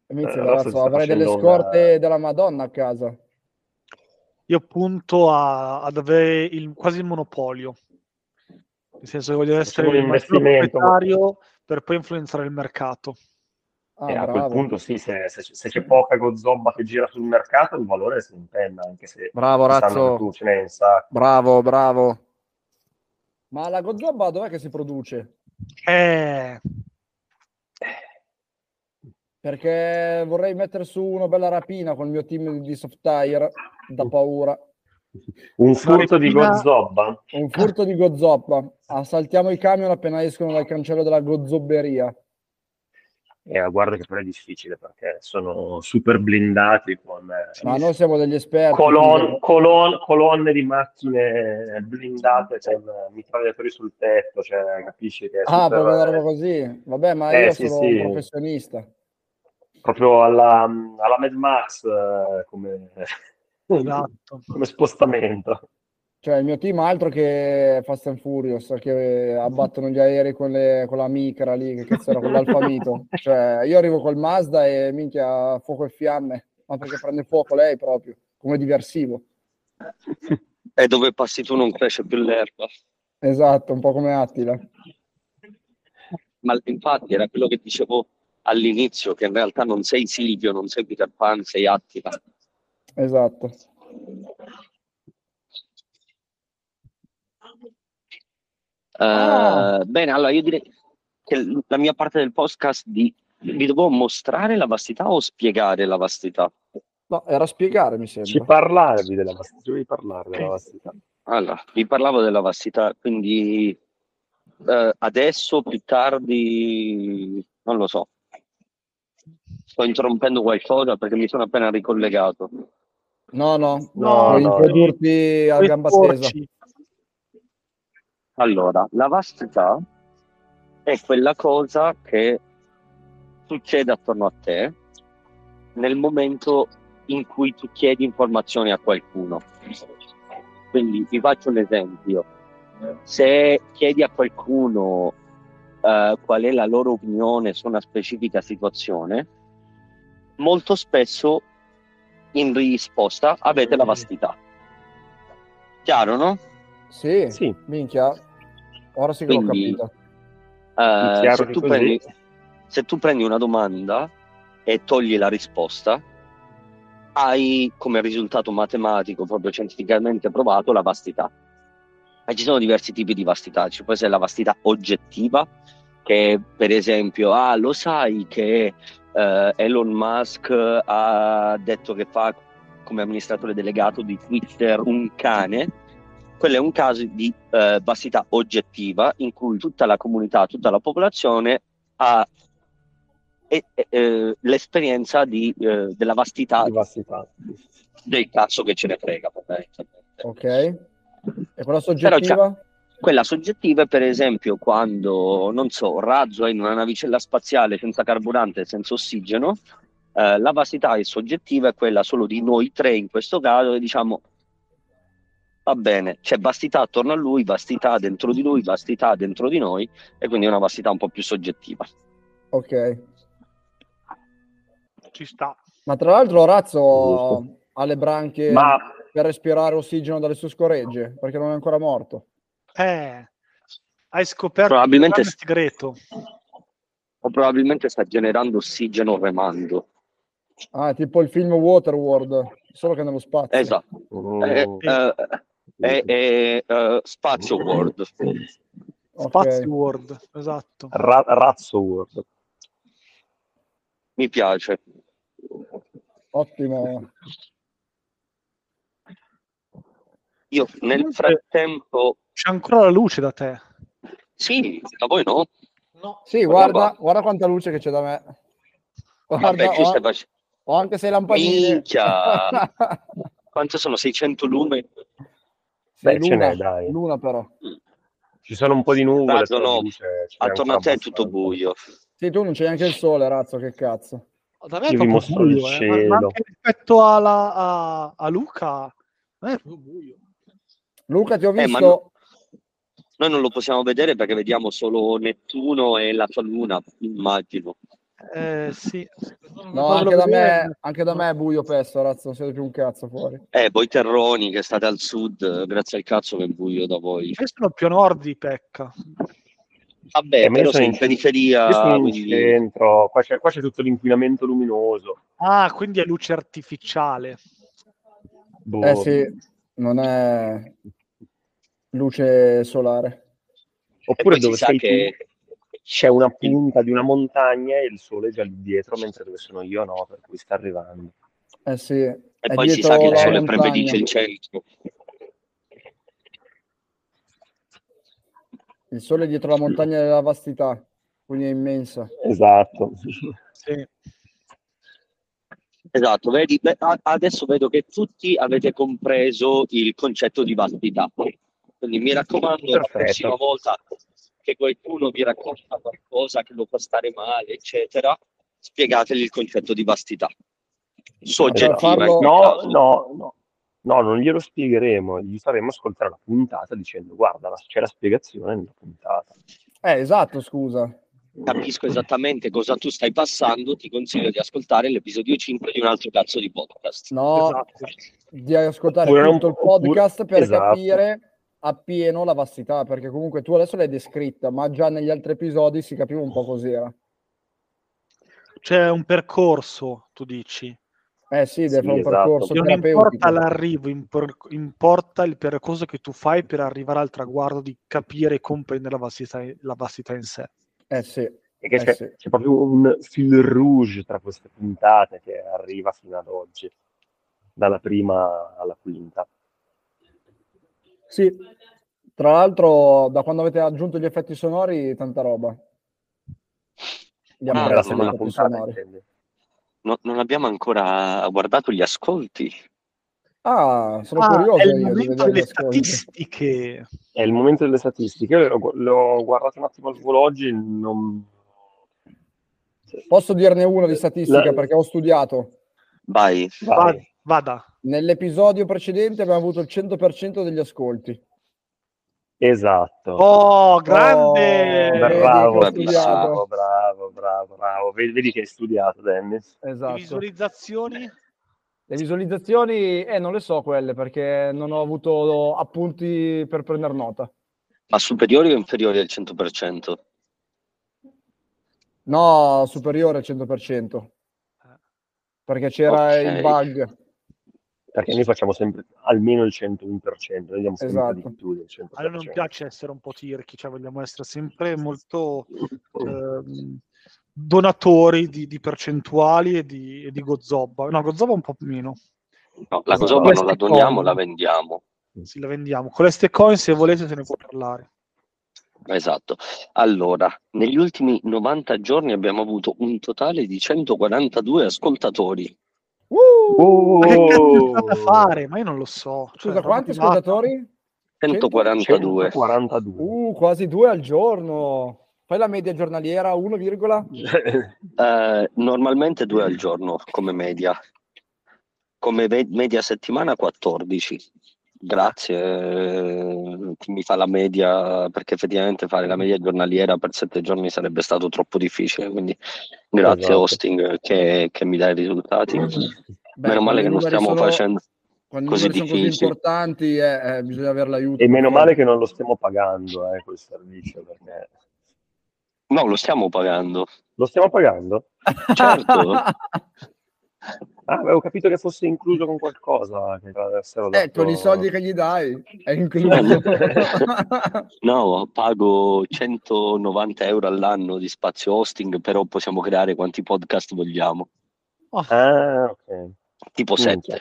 S4: Inizio,
S1: Eh,
S4: ragazzo,
S1: adesso sta
S4: avrei delle
S1: facendo una-
S4: scorte della Madonna a casa.
S3: Io punto a- ad avere il- quasi il monopolio. Nel senso che voglio essere
S1: Facciamo
S3: il
S1: Diciamo un
S3: maggior
S1: investimento.
S3: proprietario per poi influenzare il mercato.
S4: Ah,
S1: E a quel
S4: bravo.
S1: punto sì, se, se- se c'è poca Gozobba che gira sul mercato, il valore si impenna, anche se
S4: Bravo,
S1: sanno che tu ce n'è un sacco.
S4: Bravo, bravo. Ma la gozobba dov'è che si produce?
S3: Eh,
S4: Perché vorrei mettere su una bella rapina con il mio team di soft tire da paura.
S1: Un furto di
S3: Martina-
S1: Gozobba?
S4: Un furto di gozoppa. Assaltiamo i camion appena escono dal cancello della gozobberia.
S1: Eh, guarda che però è difficile perché sono super blindati con eh,
S4: Ma noi siamo degli esperti.
S1: colon-
S4: quindi-
S1: colon- colonne di macchine blindate con eh, mitragliatori sul tetto, cioè capisci che è
S4: Ah,
S1: super,
S4: proprio una roba
S1: eh,
S4: così. Vabbè, ma
S1: Eh,
S4: io
S1: sì,
S4: sono
S1: sì.
S4: un professionista.
S1: proprio alla, alla Mad Max eh, come,
S3: esatto.
S1: come spostamento.
S4: Cioè, il mio team altro che Fast and Furious, che abbattono gli aerei con, le- con la micra lì, che cazzo era con l'alfavito. Cioè, io arrivo col Mazda e minchia, fuoco e fiamme. Ma perché prende fuoco lei proprio, come diversivo.
S2: E dove passi tu non cresce più l'erba.
S4: Esatto, un po' come Attila.
S2: Ma infatti era quello che dicevo all'inizio, che in realtà non sei Silvio, non sei Peter Pan, sei Attila.
S4: Esatto.
S2: Eh,
S4: Ah.
S2: bene, allora io direi che l- la mia parte del podcast di... vi devo mostrare la vastità o spiegare la vastità?
S4: No, era spiegare, mi
S1: Ci
S4: sembra.
S1: parlavi della vastità, dovevi parlare della vastità.
S2: Allora, vi parlavo della vastità, quindi eh, adesso, più tardi, non lo so, sto interrompendo qualcosa perché mi sono appena ricollegato.
S4: No, no,
S1: No,
S4: puoi
S1: no, no.
S4: introdurti a
S3: Poi
S4: gamba
S3: porci.
S4: stesa.
S2: Allora, la vastità è quella cosa che succede attorno a te nel momento in cui tu chiedi informazioni a qualcuno. Quindi vi faccio un esempio. Se chiedi a qualcuno eh, qual è la loro opinione su una specifica situazione, molto spesso in risposta avete la vastità. Chiaro, no?
S4: Sì,
S1: Sì,
S4: minchia. Ora sì che l'ho
S2: Quindi-
S4: capito.
S2: Eh,
S1: Chiaro
S2: se,
S1: che
S2: tu
S1: così.
S2: prendi, se tu prendi una domanda e togli la risposta, hai come risultato matematico, proprio scientificamente provato, la vastità. Ma ci sono diversi tipi di vastità, ci può essere la vastità oggettiva, che per esempio, ah, lo sai che eh, Elon Musk ha detto che fa come amministratore delegato di Twitter un cane, quello è un caso di eh, vastità oggettiva in cui tutta la comunità, tutta la popolazione ha e- e- eh, l'esperienza di, eh, della vastità
S1: di vastità.
S2: del cazzo che ce ne frega. fondamentalmente.
S4: Ok. E quella soggettiva?
S2: Quella soggettiva è per esempio quando, non so, Razzo è in una navicella spaziale senza carburante e senza ossigeno, eh, la vastità è soggettiva è quella solo di noi tre in questo caso e diciamo, va bene, c'è vastità attorno a lui, vastità dentro di lui, vastità dentro di noi e quindi è una vastità un po' più soggettiva.
S4: Ok.
S3: Ci sta.
S4: Ma tra l'altro Razzo
S1: Giusto.
S4: ha le branche
S1: Ma
S4: per respirare ossigeno dalle sue scoregge, perché non è ancora morto.
S3: Eh, hai scoperto il
S2: Probabilmente-
S3: grande segreto.
S2: O probabilmente sta generando ossigeno remando.
S4: Ah, è tipo il film Waterworld, solo che nello spazio.
S2: Esatto. Eh,
S1: oh,
S2: eh, eh, eh, eh, Spazio World.
S4: Ok.
S3: Spazio World, esatto.
S1: Ra- Razzo World.
S2: Mi piace.
S4: Ottimo.
S2: Io nel frattempo
S3: C'è ancora la luce da te.
S2: Sì, da voi no.
S4: Sì, guarda, guarda quanta luce che c'è da me. Guarda,
S2: Vabbè, ci stai
S4: ho,
S2: facendo.
S4: ho anche sei lampadine.
S2: Minchia! Quanto sono 600 lume?
S4: Sei
S1: Beh, ce
S4: luna,
S1: n'è, dai.
S4: luna però.
S1: Ci sono un po' di nuvole.
S2: Razzo,
S1: però
S2: no.
S1: luce ce n'è
S2: Attorno a
S1: ancora
S2: te è tutto
S1: abbastanza.
S2: buio.
S4: Sì, tu non c'è neanche il sole, razzo, che cazzo.
S3: Da me
S1: Io
S3: è
S1: vi
S3: proprio
S1: mostro il
S3: buio, eh, ma- ma
S1: cielo.
S3: anche rispetto alla- a, a Luca, da me è proprio buio.
S4: Luca, ti ho
S2: Eh, ma
S4: visto.
S2: no- noi non lo possiamo vedere perché vediamo solo Nettuno e la sua luna, immagino.
S3: Eh, sì.
S4: No,
S3: Pavolo
S4: anche da,
S3: Guglielmo.
S4: me, anche da me è buio pesto, razzo, non siete più un cazzo fuori.
S2: Eh, voi terroni che state al sud, eh, grazie al cazzo che è buio da voi.
S3: Io sono più a nord di Pecca.
S2: Vabbè,
S1: Eh, ma io
S2: però
S1: sono
S2: sei in
S1: in-
S2: periferia,
S1: Io sono in
S2: Ah, quindi-
S1: centro, qua c'è, qua c'è tutto l'inquinamento luminoso.
S3: Ah, quindi è luce artificiale.
S1: Boh.
S4: Eh sì, non è luce solare.
S2: e
S1: Oppure
S2: poi si
S1: dove
S2: sa
S1: sei
S2: che...
S1: tu c'è una punta di una montagna e il sole è già lì dietro, mentre dove sono io no, per cui sta arrivando.
S4: Eh sì,
S2: E
S4: è
S2: poi si
S4: dietro
S2: sa che il
S4: la
S2: sole
S4: montagna.
S2: prevedice il centro.
S4: Il sole è dietro la montagna della vastità, quindi è immensa.
S1: Esatto.
S3: Sì.
S2: Esatto, vedi, beh, a- adesso vedo che tutti avete compreso il concetto di validità. Quindi mi raccomando, la
S1: Perfetto.
S2: prossima volta che qualcuno vi racconta qualcosa che lo fa stare male, eccetera, spiegategli il concetto di vastità. Soggettiva. ecco.
S4: farlo-
S2: in
S1: No,
S2: caso.
S1: no, no. No, non glielo spiegheremo, gli faremo ascoltare la puntata dicendo guarda, la- c'è la spiegazione nella puntata.
S4: Eh, esatto, scusa.
S2: Capisco esattamente cosa tu stai passando, ti consiglio di ascoltare l'episodio 5 di un altro cazzo di podcast.
S4: No, eh,
S3: Esatto.
S4: di ascoltare
S1: Oppure
S4: tutto
S1: non-
S4: il podcast
S1: oppure-
S4: per
S1: esatto.
S4: capire appieno la vastità, perché comunque tu adesso l'hai descritta, ma già negli altri episodi si capiva un po' cos'era.
S3: C'è un percorso, tu dici.
S4: Eh sì, deve
S1: Sì,
S4: fare un
S1: esatto.
S4: percorso
S3: Non
S4: terapeutico.
S3: importa l'arrivo, impor- importa il percorso che tu fai per arrivare al traguardo di capire e comprendere la vastità, la vastità in sé.
S4: Eh sì,
S1: E che
S4: Eh
S1: c'è,
S4: sì.
S1: c'è proprio un fil rouge tra queste puntate che arriva fino ad oggi, dalla prima alla quinta.
S4: sì. Tra l'altro, da quando avete aggiunto gli effetti sonori, tanta roba. Gli
S2: Ah,
S1: Per
S4: apprezzo
S1: la
S4: gli
S1: seconda
S4: effetti
S1: puntata,
S4: sonori.
S1: intendi.
S2: No- non abbiamo ancora guardato gli ascolti.
S4: Ah, sono
S3: Ah,
S4: curioso
S3: è il
S4: io di
S3: momento
S4: vedere gli
S3: delle
S4: ascolti.
S3: statistiche.
S1: È il momento delle statistiche. Io l'ho, l'ho guardato un attimo al volo oggi. Non...
S4: Posso dirne una di statistica
S1: La-
S4: perché ho studiato.
S2: Vai.
S1: Vai.
S3: Va- Vada.
S4: Nell'episodio precedente abbiamo avuto il 100% degli ascolti.
S1: Esatto.
S3: Oh, grande!
S5: Eh,
S4: Oh,
S1: bravo,
S4: vedi che ho
S1: bravo,
S4: studiato.
S1: bravo, bravo, bravo. Vedi, vedi che hai studiato, Dennis.
S4: Esatto.
S3: Visualizzazioni?
S4: Le visualizzazioni, eh, non le so quelle perché non ho avuto appunti per prendere nota.
S2: Ma superiori o inferiori al 100%?
S5: No, superiore al 100%.
S3: Eh.
S5: Perché c'era
S2: Ok.
S5: il bug.
S1: Perché noi facciamo sempre almeno il 101%, noi diamo sempre
S5: Esatto.
S1: di più del 100%.
S3: A noi non
S2: Cioè.
S3: piace essere un po' tirchi, cioè vogliamo essere sempre molto ehm, donatori di, di percentuali e di, e di gozobba. No, gozobba un po' meno,
S2: No, la
S5: Esatto.
S2: cosa non la
S5: Queste
S2: doniamo,
S5: cose.
S2: la vendiamo.
S3: sì, la vendiamo. Con le ste coin, se volete, se ne può parlare.
S2: Esatto. Allora, negli ultimi 90 giorni abbiamo avuto un totale di 142 ascoltatori.
S4: Uh,
S3: Ma che cazzo
S1: Oh!
S3: è da fare? Ma io non lo so. Cioè,
S4: scusa, quanti
S3: roba privata.
S4: ascoltatori?
S2: 142.
S1: 142.
S4: Uh, quasi due al giorno. Poi la media giornaliera 1, virgola.
S5: Uh.
S2: Eh, normalmente due al giorno come media. Come ve- media settimana 14. Grazie, eh, chi mi fa la media perché effettivamente fare la media giornaliera per sette giorni sarebbe stato troppo difficile. Quindi grazie
S1: Esatto.
S2: hosting che, che mi dai i risultati.
S5: Beh,
S2: Meno male che
S5: quando i
S2: non
S5: numeri
S2: stiamo
S5: sono-
S2: facendo.
S5: Quando i
S2: così
S5: numeri sono così
S2: difficili.
S5: importanti, eh, eh, bisogna avere l'aiuto.
S1: E meno male che non lo stiamo pagando eh, quel servizio, perché
S2: No, lo stiamo pagando.
S1: lo stiamo pagando?
S2: Certo.
S1: Ah, avevo capito che fosse incluso con qualcosa. Che avessero
S5: Eh, con
S1: dato-
S5: i soldi che gli dai, è incluso.
S2: No, pago 190 euro all'anno di spazio hosting, però possiamo creare quanti podcast vogliamo, Eh,
S1: Ah, ok.
S2: tipo
S1: Minchia.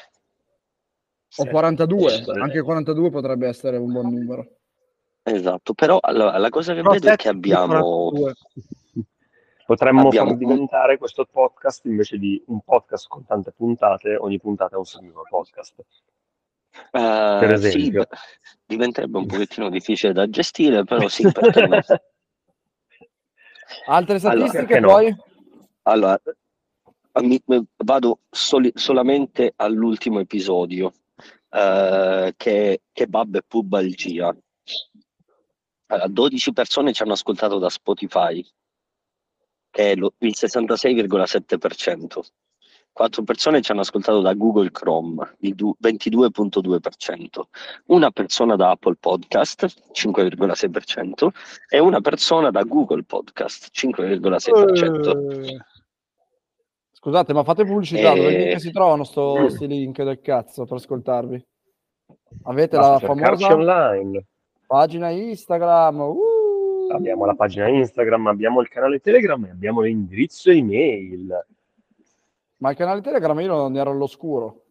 S2: 7.
S5: o 42, anche 42 potrebbe essere un buon numero.
S2: Esatto, però allora, la cosa che
S3: Però
S2: vedo è che
S3: sette,
S2: abbiamo...
S3: 42.
S1: Potremmo
S2: Abbiamo-
S1: far diventare questo podcast invece di un podcast con tante puntate, ogni puntata è un singolo podcast.
S2: eh,
S1: Per esempio.
S2: sì, beh, diventerebbe un pochettino difficile da gestire, però Eh, sì, perché no?
S4: Altre
S2: Allora,
S4: statistiche
S1: perché no?
S4: poi?
S2: Allora, mi- vado soli- solamente all'ultimo episodio, eh, che che Bab e Pubalgia. Allora, 12 persone ci hanno ascoltato da Spotify, che è lo- il 66,7%. 4 persone ci hanno ascoltato da Google Chrome, il du- 22,2%. Una persona da Apple Podcast, 5,6%. E una persona da Google Podcast, 5,6%.
S3: Eh,
S4: Scusate, ma fate pubblicità, dove
S2: Eh.
S4: minchia si trovano
S1: mm.
S4: sto, sti link del cazzo per ascoltarvi? Avete la
S1: Basta cercarci
S4: famosa
S1: online.
S4: pagina Instagram? uh!
S1: Abbiamo la pagina Instagram, abbiamo il canale Telegram e abbiamo l'indirizzo email.
S4: Ma il canale Telegram io non ero all'oscuro.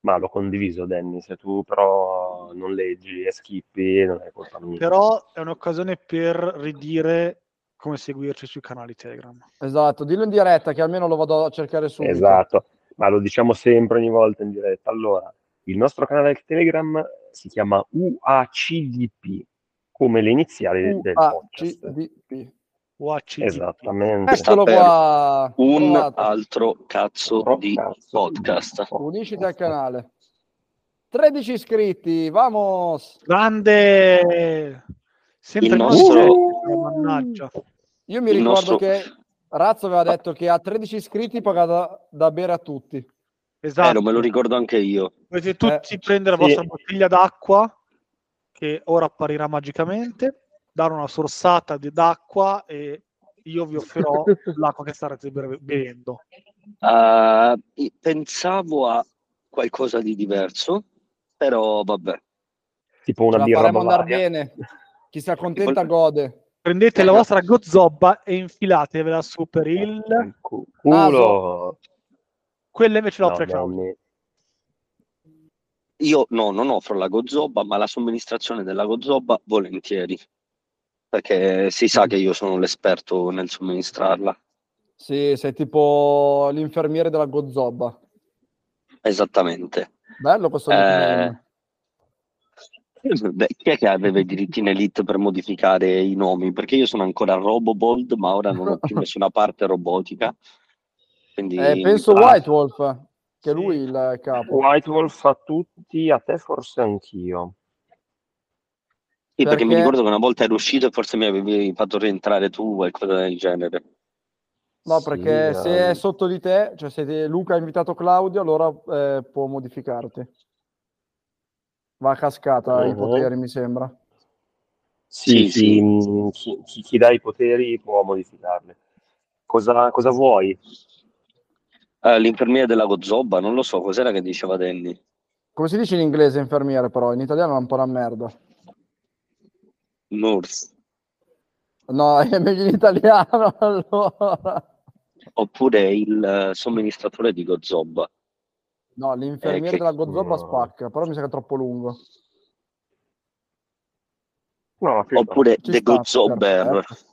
S1: Ma l'ho condiviso, Danny, se tu però non leggi e schippi, non è colpa mia.
S3: Però è un'occasione per ridire come seguirci sui canali Telegram.
S4: Esatto, dillo in diretta che almeno lo vado a cercare subito.
S1: Esatto, ma lo diciamo sempre ogni volta in diretta. Allora, il nostro canale Telegram si chiama UACDP, come le iniziali del- del podcast.
S4: UACDP.
S3: UACDP.
S2: Esatto.
S1: Esattamente.
S4: Eccolo
S2: per
S4: qua.
S2: un
S4: trovato.
S2: altro cazzo
S1: Però,
S2: di
S1: cazzo,
S2: podcast.
S4: Unisciti al canale. 13 iscritti, vamos!
S3: Grande! Sempre
S2: Il
S3: noi,
S2: nostro-
S3: eh, mannaggia.
S4: Io mi
S2: Il
S4: ricordo
S2: nostro-
S4: che Razzo aveva detto che a 13 iscritti paga da, da bere a tutti.
S3: Esatto.
S2: Eh, me lo ricordo anche io.
S3: Potete tutti prendere la
S1: sì.
S3: vostra bottiglia d'acqua, che ora apparirà magicamente, dare una sorsata di- d'acqua e io vi offrirò l'acqua che starete beve- bevendo.
S2: Eh, i- pensavo a qualcosa di diverso, però vabbè.
S1: Tipo una
S4: Ce la
S1: birra
S4: faremo andare
S1: bavaria.
S4: bene. Chi si accontenta gode.
S2: Eh,
S3: Prendete la vostra gozzobba e infilatevela su per il...
S1: Il cu- Culo!
S3: Quella invece
S1: No,
S3: l'offre Claudio.
S1: Danny,
S2: Io no, non offro la gozobba, ma la somministrazione della gozobba volentieri. Perché si sa che io sono l'esperto nel somministrarla.
S4: Sì, sei tipo l'infermiere della gozzobba.
S2: Esattamente.
S4: Bello questo
S2: Eh,
S4: nickname.
S2: Beh, chi è che aveva i diritti in elite per modificare i nomi? Perché io sono ancora Robobold, ma ora non ho più nessuna parte robotica. Quindi
S4: Eh, penso
S2: ah,
S4: White Wolf, che è
S3: Sì.
S4: lui il capo.
S1: White Wolf a tutti, a te forse anch'io.
S2: sì, perché mi
S4: perché-
S2: ricordo che una volta ero uscito e forse mi avevi fatto rientrare tu, qualcosa del genere.
S1: Oh,
S4: No, perché
S6: Sì,
S4: se
S1: ehm,
S6: dai.
S4: è sotto di te, cioè se te- Luca ha invitato Claudio, allora eh, può modificarti. Va a cascata i
S1: Mhm.
S4: poteri, mi sembra.
S1: Sì, sì,
S2: Sì, sì.
S1: mh, Chi, chi- chi dà i poteri può modificarli. Cosa, cosa vuoi?
S2: Eh, l'infermiera della Gozobba, non lo so cos'era che diceva Danny.
S4: Come si dice in inglese infermiere, però? In italiano è un po' una merda.
S2: Nurse.
S4: No, è meglio in italiano allora.
S2: Oppure il eh, somministratore di Gozobba.
S4: No, l'infermiere
S2: Eh, che-
S4: della Gozzoba
S1: no.
S4: spacca, però mi sa che è troppo lungo.
S1: No, che-
S2: Oppure
S4: Ci
S2: The
S4: sta,
S2: Gozobber.
S4: perfetto.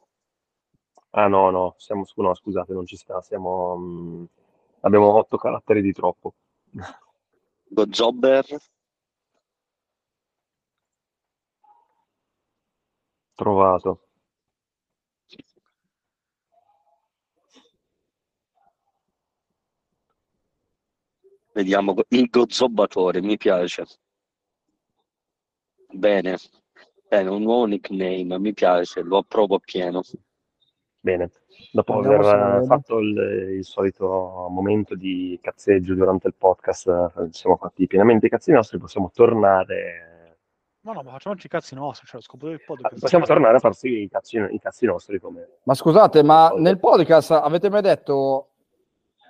S1: Ah no, no, siamo, scu- no, scusate, non ci sta, siamo, mh, abbiamo otto caratteri di troppo.
S2: Gozobber.
S1: Trovato.
S2: Vediamo. Il Gozobbatore, mi piace. Bene. Bene, un nuovo nickname, mi piace, lo approvo appieno.
S1: Bene, dopo
S4: Andiamo su
S1: aver
S4: Marello.
S1: eh, fatto il, il solito momento di cazzeggio durante il podcast, eh, ci siamo fatti pienamente i cazzi nostri, possiamo tornare,
S3: Ma no, ma facciamoci i cazzi nostri, cioè lo scopo del
S1: ah,
S3: podcast.
S1: possiamo tornare a farsi i cazzi, i cazzi nostri come...
S4: Ma scusate, ma
S1: Cosa?
S4: nel podcast avete mai detto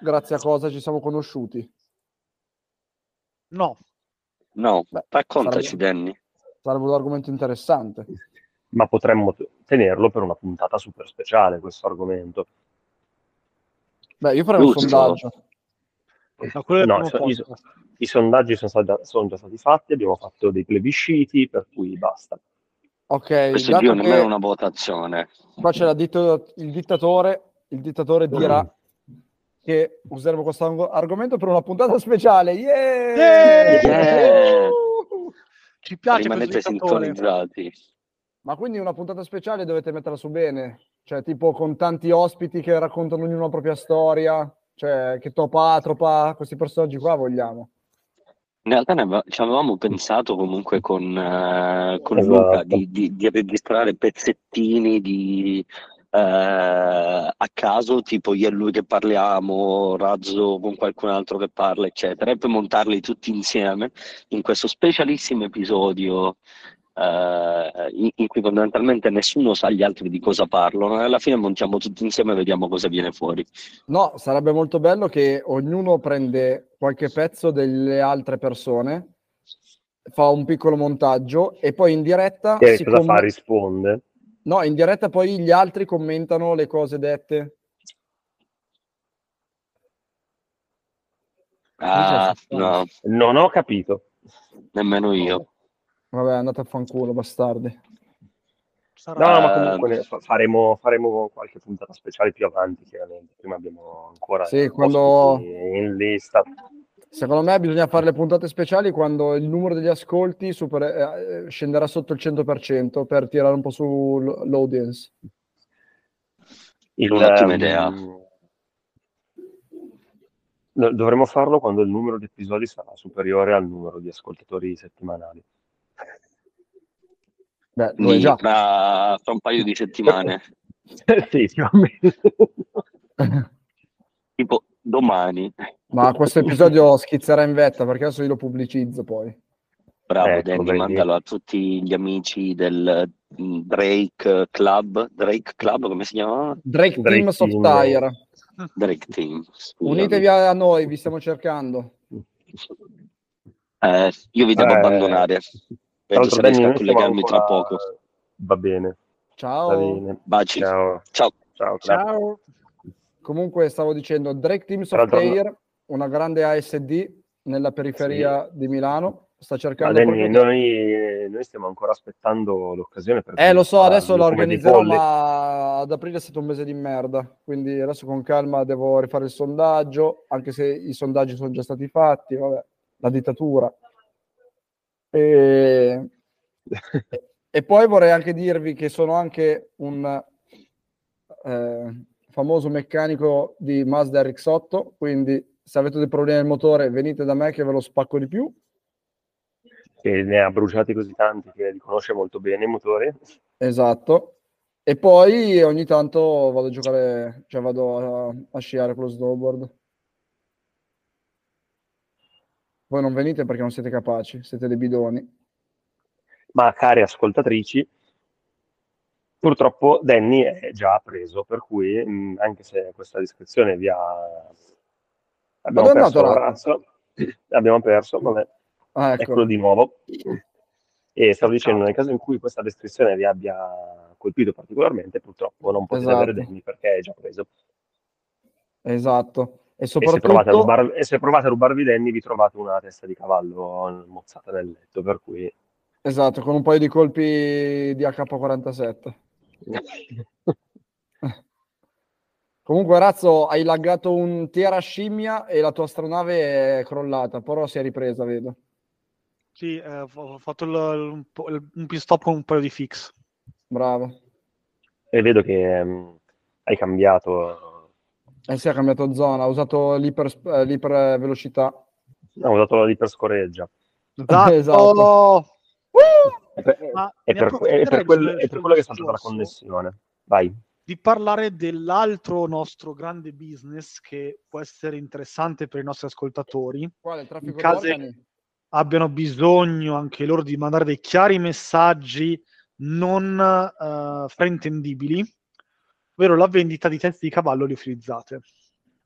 S4: grazie a cosa ci siamo conosciuti?
S3: No,
S2: No,
S4: Beh,
S2: raccontaci,
S4: sarebbe-
S2: Danny.
S4: Sarebbe un argomento interessante.
S1: Ma potremmo t- tenerlo per una puntata super speciale questo argomento.
S4: Beh, io farei un
S2: Giusto.
S4: sondaggio.
S3: ma quello è il
S1: No,
S3: primo
S1: so- io so-
S3: podcast.
S1: I sondaggi sono, sta- sono già stati fatti, abbiamo fatto dei plebisciti, per cui basta.
S3: Ah,
S4: Ok,
S2: Questo
S4: dato
S2: è non è
S4: che
S2: una votazione.
S4: qua c'è la ditto- il dittatore, il
S2: Mm.
S4: dittatore dirà che useremo questo arg- argomento per una puntata speciale. Yeah!
S3: Yeah!
S2: Yeah!
S4: Uh!
S3: Ci piace questo
S2: Rimanete
S3: dittatore.
S2: sintonizzati.
S4: Ma quindi una puntata speciale dovete metterla su bene, cioè tipo con tanti ospiti che raccontano ognuno la propria storia, cioè che topa, tropa, questi personaggi qua vogliamo.
S2: In realtà ne ave- ci avevamo pensato comunque con, eh, con
S1: Esatto.
S2: Luca di, di- di registrare pezzettini di, eh, a caso, tipo io e lui che parliamo, Razzo con qualcun altro che parla, eccetera, e poi montarli tutti insieme in questo specialissimo episodio eh, in, in cui fondamentalmente nessuno sa gli altri di cosa parlano, e alla fine montiamo tutti insieme e vediamo cosa viene fuori.
S4: No, sarebbe molto bello che ognuno prende qualche pezzo delle altre persone, fa un piccolo montaggio e poi in diretta
S1: E
S4: si
S1: cosa fa?
S4: commenta.
S1: Risponde.
S4: No, in diretta poi gli altri commentano le cose dette.
S2: Ah,
S4: Sì, sì, sì.
S2: no,
S1: Non ho capito.
S2: nemmeno io.
S4: Vabbè, andate a fanculo, bastardi.
S1: No,
S3: Sarà-
S1: ma comunque ne fa- faremo, faremo qualche puntata speciale più avanti, chiaramente. Prima abbiamo ancora
S4: Sì,
S1: ospiti
S4: quello-
S1: in lista.
S4: Secondo me bisogna fare le puntate speciali quando il numero degli ascolti super- eh, eh, scenderà sotto il 100% per tirare un po' sull'audience.
S1: Il,
S2: Un'ottima
S1: ehm,
S2: idea.
S1: do- Dovremmo farlo quando il numero di episodi sarà superiore al numero di ascoltatori settimanali.
S4: Beh, lo è
S2: Quindi
S4: già.
S2: Fra, fra un paio di settimane,
S1: sì, più o meno.
S2: tipo domani.
S4: Ma questo episodio schizzerà in vetta perché adesso io lo pubblicizzo poi.
S2: Bravo
S1: Ecco,
S2: Danny,
S1: vedi.
S2: mandalo a tutti gli amici del mm, Drake Club, Drake Club come si chiama?
S4: Drake,
S1: Drake
S4: Team Soft
S1: Team.
S4: Tire,
S2: Drake Team. scusami.
S4: unitevi a noi, vi stiamo cercando.
S2: Eh, io vi devo
S1: Eh,
S2: abbandonare.
S1: Tra
S2: Penso
S1: l'altro, Danny,
S2: se riesco a
S1: noi siamo
S2: collegarmi tra
S1: ancora-
S2: poco.
S1: Va bene, va
S4: Ciao.
S1: bene.
S2: Baci.
S1: Ciao,
S2: Ciao.
S1: ciao.
S3: Ciao.
S4: Comunque stavo dicendo Drake Team
S1: Tra
S4: Soft
S1: l'altro-
S4: Tire, una grande ASD nella periferia di Milano, sta
S1: Ma
S4: cercando
S1: Danny,
S4: proprio-
S1: noi, noi stiamo ancora aspettando l'occasione per
S4: Eh, lo so, adesso la
S1: parlarne come dei polli.
S4: organizzerò, ma ad aprile è stato un mese di merda. Quindi adesso con calma devo rifare il sondaggio, anche se i sondaggi sono già stati fatti, vabbè, la dittatura. E, e poi vorrei anche dirvi che sono anche un eh, famoso meccanico di Mazda RX8, quindi se avete dei problemi al motore venite da me che ve lo spacco di più.
S1: che ne ha bruciati così tanti che li conosce molto bene i motori.
S4: Esatto. E poi ogni tanto vado a giocare, cioè vado a, a sciare con lo snowboard. Voi non venite perché non siete capaci, siete dei bidoni.
S1: Ma cari ascoltatrici, purtroppo Danny è già preso, per cui mh, anche se questa descrizione vi ha... Abbiamo
S4: Dove è
S1: perso
S4: andato Rafa?
S1: Razzo, abbiamo perso, vabbè,
S4: Ah, ecco.
S1: eccolo di nuovo. E stavo dicendo, nel caso in cui questa descrizione vi abbia colpito particolarmente, purtroppo non potete
S4: Esatto.
S1: avere Danny perché è già preso.
S4: Esatto. E
S1: E se, provate a
S4: soprattutto
S1: rubar- e se provate a rubarvi Danny, vi trovate una testa di cavallo mozzata nel letto, per cui...
S4: Esatto, con un paio di colpi di AK-47. Comunque, Razzo, hai laggato un Tiera scimmia e la tua astronave è crollata, però si è ripresa, vedo.
S3: Sì, eh, ho- ho fatto il- un, po- il- un pit stop con un paio di fix.
S4: Bravo.
S1: e vedo che ehm, hai cambiato,
S4: E si è cambiato zona, Eh ha usato l'iper, eh, l'ipervelocità.
S1: ha usato la l'iperscoreggia. Esatto.
S4: Esatto.
S1: È per,
S3: Ma
S1: è
S3: ne
S1: per-
S3: approfitterei
S1: è per quello, è per quello che è stata
S3: sul
S1: la
S3: discorso
S1: connessione. Vai.
S3: Di parlare dell'altro nostro grande business che può essere interessante per i nostri ascoltatori.
S4: Quale? Il traffico
S3: In caso-
S4: di organi?
S3: abbiano bisogno anche loro di mandare dei chiari messaggi non eh, fraintendibili, ovvero la vendita di testi di cavallo liofilizzate.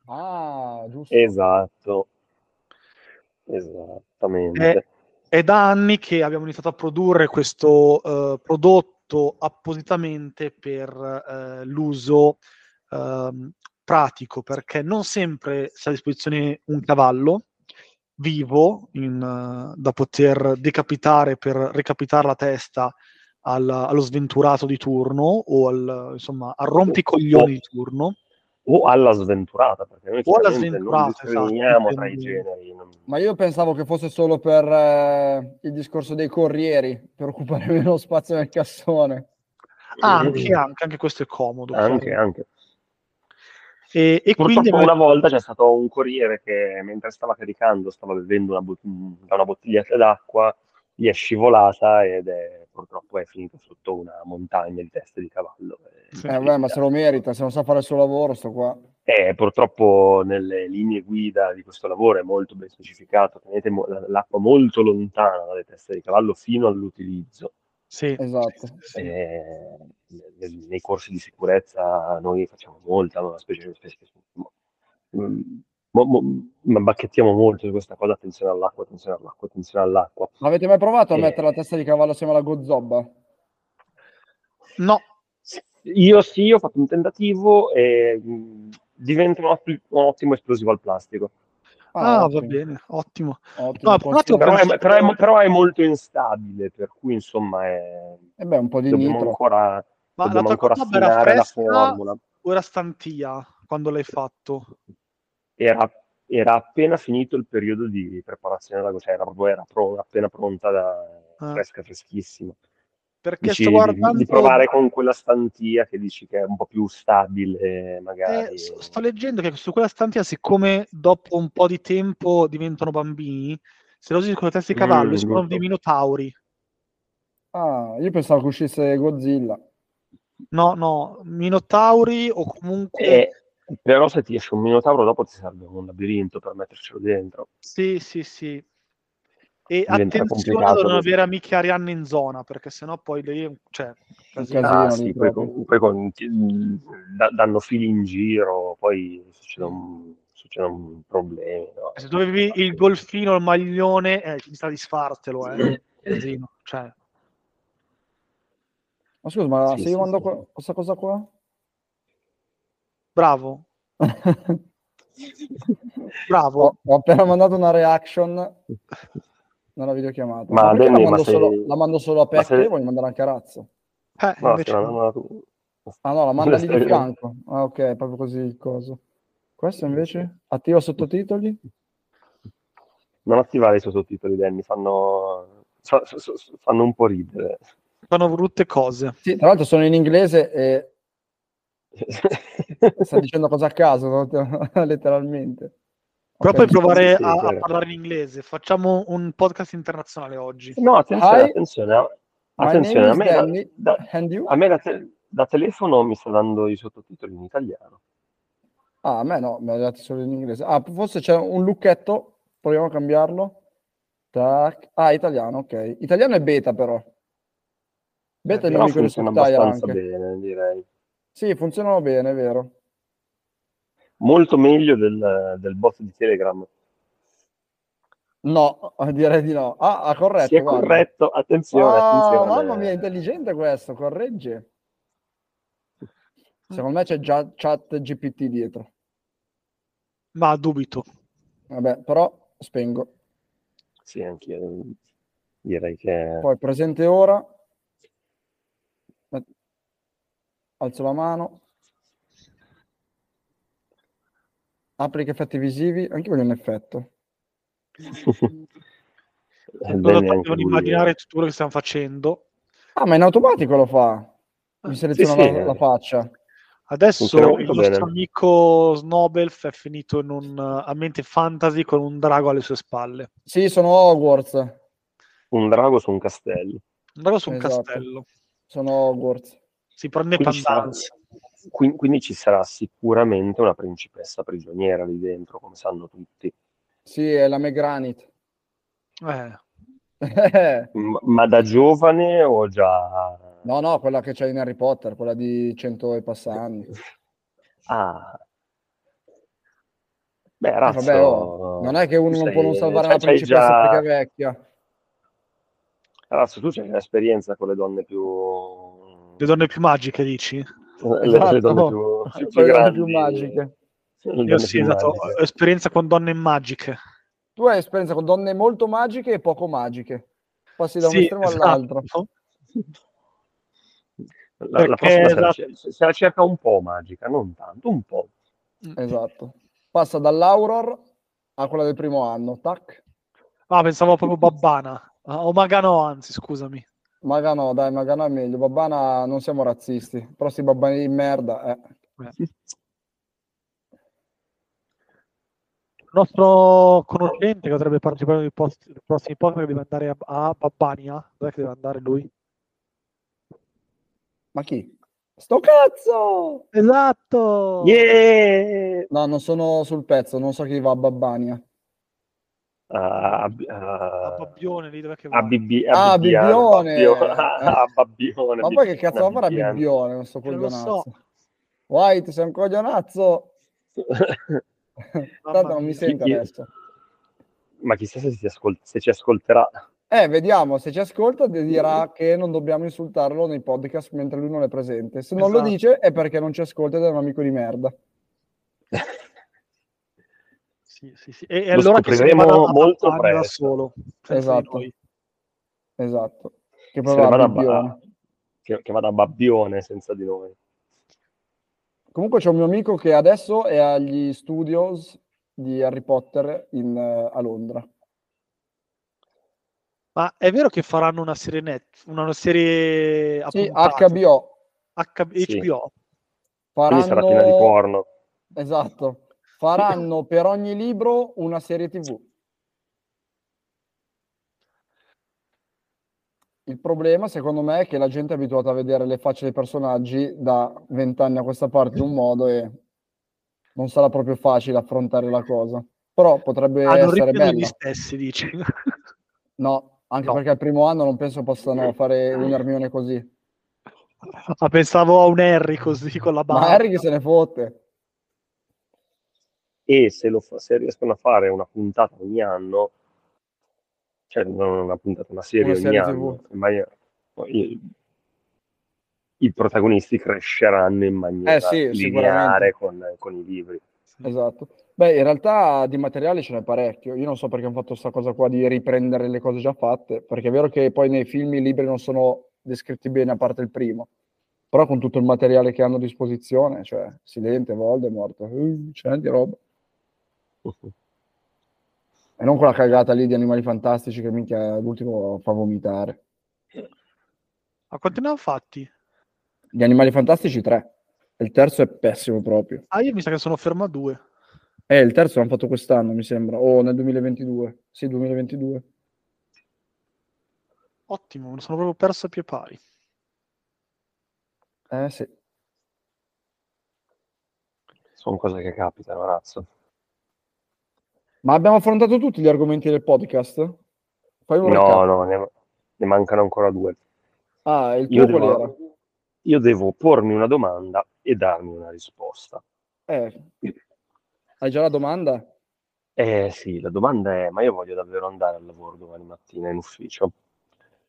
S4: Ah, giusto.
S1: Esatto. Esattamente.
S3: Eh, È da anni che abbiamo iniziato a produrre questo eh, prodotto appositamente per eh, l'uso ehm, pratico, perché non sempre si ha a disposizione un cavallo vivo in, eh, da poter decapitare per recapitare la testa al- allo sventurato di turno o al, insomma, al rompicoglioni di turno.
S1: O alla sventurata, perché noi
S3: O alla
S1: chiaramente non
S3: sventurata, esatto,
S1: discriminiamo tra i
S3: dipende-
S1: generi. non-
S4: Ma io pensavo che fosse solo per eh, il discorso dei corrieri, per occupare meno spazio nel cassone. Eh,
S3: Anche, anche, anche questo è comodo.
S1: Anche, anche.
S3: E, e quindi
S1: Purtroppo
S3: abbiamo-
S1: una volta c'è stato un corriere che mentre stava caricando stava bevendo una bot- da una bottiglietta d'acqua, gli è scivolata ed è purtroppo è finito sotto una montagna di teste di cavallo.
S3: Sì.
S4: Eh, vabbè, ma se lo merita, se non sa fare il suo lavoro, sto qua.
S1: Eh, purtroppo nelle linee guida di questo lavoro è molto ben specificato, tenete mo- la- l'acqua molto lontana dalle teste di cavallo fino all'utilizzo.
S3: Sì.
S4: Esatto.
S3: Sì.
S1: Eh, nel- nei corsi di sicurezza noi facciamo molta, ma specie, specie- mo- mm, mo- mo- ma bacchettiamo molto su questa cosa, attenzione all'acqua, attenzione all'acqua, attenzione all'acqua.
S4: Avete mai provato a
S1: Eh.
S4: mettere la testa di cavallo assieme alla gozzobba?
S3: No,
S1: Io sì, ho fatto un tentativo e mh, diventa un, otti- un ottimo esplosivo al plastico,
S3: ah, va
S4: ottimo,
S3: bene, ottimo.
S4: ottimo
S3: No, però
S4: consiglio.
S1: però è,
S3: penso-
S1: però è mo- però è molto instabile, per cui insomma è-
S4: Eh beh, un po' di
S1: dobbiamo
S4: nitro.
S1: ancora,
S3: Ma
S1: dobbiamo
S3: la
S1: ancora
S3: tua cotta era
S1: affinare la
S3: fresca
S1: formula.
S3: o era stantia quando l'hai fatto?
S1: era, era appena finito il periodo di preparazione della cioè era, proprio, era pro- appena pronta, da,
S3: Ah.
S1: fresca, freschissima.
S3: Perché
S1: Dici
S3: sto
S1: di-
S3: guardando...
S1: di, provare con quella stantia che dici che è un po' più stabile, magari.
S3: eh, so- sto leggendo che su quella stantia, siccome dopo un po' di tempo diventano bambini, se lo usi con le teste di cavallo,
S1: Mm,
S3: sono
S1: brutto.
S3: dei minotauri.
S4: Ah, io pensavo che uscisse Godzilla.
S3: No, no, minotauri o comunque...
S1: Eh, però se ti esce un minotauro dopo ti serve un labirinto per mettercelo dentro.
S3: Sì, sì, sì. E
S1: Diventa
S3: attenzione a
S1: complicato
S3: non
S1: così.
S3: avere amiche arianne in zona, perché sennò poi lei... Cioè, casino.
S4: casino.
S1: Ah,
S4: lì
S1: sì, poi,
S4: proprio.
S1: con- poi con- ti- da- danno fili in giro, poi succede un, succede un problema. no?
S3: Se dovevi il golfino, il maglione, eh, mi sta di sfartelo, eh. Casino, cioè.
S4: Ma scusa, ma
S1: Sì,
S4: se
S1: sì,
S4: io mando
S1: sì.
S4: qua- questa cosa qua?
S3: Bravo, bravo.
S1: Oh,
S4: ho, ho appena mandato una reaction nella videochiamata.
S1: Ma,
S4: perché
S1: Danny,
S4: la, mando
S1: ma se-
S4: solo, la mando solo a
S1: ma
S4: Pecca,
S1: se-
S4: io voglio mandare anche a Razzo.
S3: Eh,
S1: No,
S3: invece
S1: stai
S3: no.
S1: andando tu.
S4: Ah no, la manda lì di
S1: Questa è-
S4: fianco. Ah ok, è proprio così il coso. Questo invece? Attiva sottotitoli?
S1: Non attivare i sottotitoli, Danny, fanno, fa- fa- fa- fanno un po' ridere.
S3: fanno brutte cose.
S4: Sì, tra l'altro sono in inglese e sta dicendo cosa a caso, no? letteralmente.
S3: Però
S4: Ok,
S3: puoi
S4: mi-
S3: provare
S1: sì, certo.
S3: a, a
S1: vero.
S3: parlare in inglese. Facciamo un podcast internazionale oggi.
S1: No, attenzione,
S4: Hi,
S1: attenzione.
S4: my
S1: Attenzione,
S4: name
S1: a
S4: is
S1: me, la,
S4: Danny,
S1: da-
S4: and you?
S1: a me la te- da telefono mi sta dando i sottotitoli in italiano.
S4: Ah, a me no, me l'ha dato solo in inglese. Ah, forse c'è un lucchetto, proviamo a cambiarlo. Tac. Ah, italiano, ok. Italiano è beta però. Beta
S1: Eh, però
S4: è il mio amico di
S1: funziona
S4: Sottotaglia
S1: abbastanza
S4: anche.
S1: bene, direi.
S4: Sì, funzionano bene, è vero.
S1: Molto meglio del, del bot di Telegram.
S4: No, direi di no. Ah, ha corretto,
S1: si è
S4: guarda.
S1: corretto, attenzione,
S4: Ah,
S1: attenzione.
S4: mamma mia, intelligente questo, corregge. Secondo me c'è già chat GPT dietro.
S3: ma dubito.
S4: Vabbè, però spengo.
S1: Sì, anche io direi che...
S4: Poi presente ora. Alzo la mano. Applica effetti visivi. Anche quello è un effetto.
S1: Eh,
S3: Non
S1: bene,
S3: devono
S1: anche lui. eh.
S3: immaginare tutto quello che stiamo facendo.
S4: Ah, ma in automatico lo fa. Mi seleziona
S1: sì.
S4: la, la faccia.
S1: Funziona
S3: Adesso il
S1: molto
S3: nostro
S1: bene.
S3: amico Snobelf è finito in un eh, ambiente fantasy con un drago alle sue spalle.
S4: Sì, sono Hogwarts.
S1: Un drago su un castello.
S3: Un drago su un
S4: Esatto.
S3: castello.
S4: Sono Hogwarts.
S3: Si prende
S1: Quindi ci, sarà,
S3: pandanza.
S1: qui- quindi ci sarà sicuramente una principessa prigioniera lì dentro, come sanno tutti.
S4: Sì, è la Megranit.
S3: Eh,
S1: M- ma da giovane o già...
S4: No, no, quella che c'è in Harry Potter, quella di 100 e passanti.
S1: Ah. Beh,
S4: Eh,
S1: Razzo,
S4: vabbè, oh, non è che uno
S1: tu
S4: non
S1: sei-
S4: può non salvare
S1: cioè,
S4: una
S1: c'hai
S4: principessa
S1: già-
S4: perché è vecchia.
S1: Razzo, tu c'hai esperienza con le donne più...
S3: le donne più magiche, dici?
S1: Le,
S4: Esatto.
S1: le donne più, più,
S4: Quelle sono
S1: grandi.
S4: più magiche.
S1: Le donne
S3: Io sì,
S1: più
S3: esatto,
S1: magiche.
S3: ho esperienza con donne magiche.
S4: Tu hai esperienza con donne molto magiche e poco magiche. Passi da un
S3: Sì,
S4: estremo
S3: esatto.
S4: all'altro.
S1: La, la
S3: Perché,
S1: prossima se la,
S3: esatto.
S1: cer- se la cerca un po' magica, non tanto, un po'.
S3: Mm.
S4: Esatto. Passa dall'Auror a quella del primo anno. Tac.
S3: Ah, pensavo proprio Babbana. Ah, o Magano, anzi, scusami.
S4: Maga no, dai, Maga no è meglio. Babbana non siamo razzisti. Però sti babbani di merda. eh.
S3: Il nostro conoscente che dovrebbe partecipare ai post- ai prossimi podcast deve andare a, a Babbania. Dov'è che deve andare lui?
S4: Ma chi? Sto cazzo!
S3: Esatto!
S1: Yeah!
S4: No, non sono sul pezzo, non so chi va a Babbania.
S1: Ah, ab- ah,
S3: A Babbione, lì dov'è che va?
S1: a Bibi-
S4: Ah,
S1: a Bibbiano,
S4: Bibbione!
S1: Babbio- a Babbione,
S4: Ma poi che
S1: Bibbiano,
S4: cazzo va a fare a
S1: Bibbiano.
S4: Bibbione? Non so
S3: Non lo so.
S4: coglionazzo. White, sei un coglionazzo! Tanto non mi sente
S1: Chi- chi-
S4: adesso.
S1: Ma chissà se, si ascol- se ci ascolterà.
S4: Eh, vediamo, se ci ascolta di- dirà che non dobbiamo insultarlo nei podcast mentre lui non è presente. Se non lo
S3: Esatto.
S4: dice è perché non ci ascolta ed è un amico di merda.
S3: Sì, sì, sì. E, e
S1: Lo
S3: allora che se ne
S1: scopriremo
S3: vada a
S1: molto
S3: Babbania da
S1: presto.
S3: solo. senza di
S4: Esatto.
S3: noi.
S4: Esatto. Che
S1: Se
S4: poi va a
S1: vada a ba-
S4: Bibbione.
S1: che, che vada a Babbione senza di noi.
S4: Comunque c'è un mio amico che adesso è agli studios di Harry Potter in, eh, a Londra.
S3: Ma è vero che faranno una serie net, una, una serie a
S4: Sì,
S3: puntate?
S4: HBO.
S3: H-
S1: Sì.
S3: HBO.
S1: Quindi sarà piena di
S4: Faranno,
S1: porno.
S4: esatto, faranno per ogni libro una serie TV. Il problema, secondo me, è che la gente è abituata a vedere le facce dei personaggi da vent'anni a questa parte in un modo e non sarà proprio facile affrontare la cosa. Però potrebbe
S3: Ah, non
S4: essere
S3: riprendono gli
S4: bella.
S3: stessi, dici.
S4: No, anche
S3: No.
S4: perché al primo anno non penso possano fare un Hermione così.
S3: Ah, pensavo a un Harry così con la barba.
S4: Ma Harry che se ne fotte.
S1: E se, lo fa- se riescono a fare una puntata ogni anno, cioè non una puntata, una serie
S4: Una
S1: ogni
S4: serie
S1: anno,
S4: TV.
S1: ma io- i, i protagonisti cresceranno in maniera
S4: Eh sì,
S1: lineare con, con i libri.
S4: Esatto. Beh, in realtà di materiale ce n'è parecchio. Io non so perché hanno fatto questa cosa qua di riprendere le cose già fatte, perché è vero che poi nei film i libri non sono descritti bene, a parte il primo. Però con tutto il materiale che hanno a disposizione, cioè Silente, Voldemort, uh, c'è di roba. E non quella cagata lì di Animali Fantastici che minchia l'ultimo fa vomitare.
S3: Ma quanti ne hanno fatti?
S4: Gli Animali Fantastici 3. Il terzo è pessimo proprio.
S3: Ah, io mi sa che sono fermo a due.
S4: Eh, il terzo l'hanno fatto quest'anno, mi sembra, o nel 2022. Sì, 2022.
S3: Ottimo, mi sono proprio perso a pie pari.
S4: Eh sì.
S1: Sono cose che capitano, razzo.
S4: Ma abbiamo affrontato tutti gli argomenti del podcast? Fai un
S1: No,
S4: recap.
S1: no, ne, ne mancano ancora due.
S4: Ah, il
S1: Io
S4: tuo qual era?
S1: devo, io devo pormi una domanda e darmi una risposta.
S4: Eh, hai già la domanda?
S1: Eh sì, la domanda è, ma io voglio davvero andare al lavoro domani mattina in ufficio?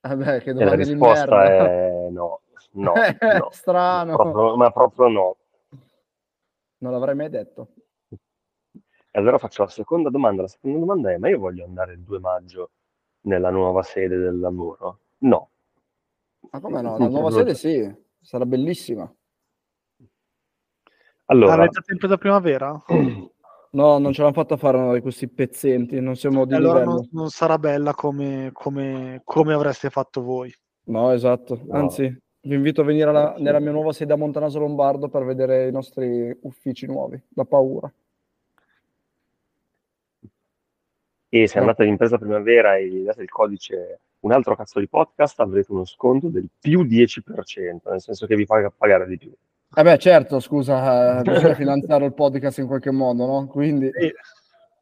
S4: Vabbè, Ah, che
S1: E Eh, la
S4: domanda di
S1: risposta
S4: merda.
S1: è no, no,
S4: Eh,
S1: no.
S4: strano.
S1: Proprio- ma proprio no.
S4: Non l'avrei mai detto.
S1: E allora faccio la seconda domanda. La seconda domanda è: ma io voglio andare il 2 maggio nella nuova sede del lavoro? No.
S4: Ma come no? La
S1: Non
S4: nuova
S1: proprio-
S4: sede sì, sarà bellissima.
S1: Allora,
S3: L'avete sempre da primavera?
S4: No, non ce l'hanno fatta fare una di questi pezzenti, non siamo di
S3: E allora
S4: livello.
S3: non, non sarà bella come, come- come avreste fatto voi.
S4: No, esatto.
S1: No.
S4: Anzi, vi invito a venire alla-
S1: Sì.
S4: nella mia nuova sede a Montanaso Lombardo per vedere i nostri uffici nuovi. Da paura.
S1: e se
S4: no.
S1: andate all'impresa primavera e date il codice un altro cazzo di podcast, avrete uno sconto del più 10%, nel senso che vi paga pagare di più.
S4: Eh beh, certo, scusa, eh, bisogna finanziare il podcast in qualche modo, no? Quindi,
S3: Sì.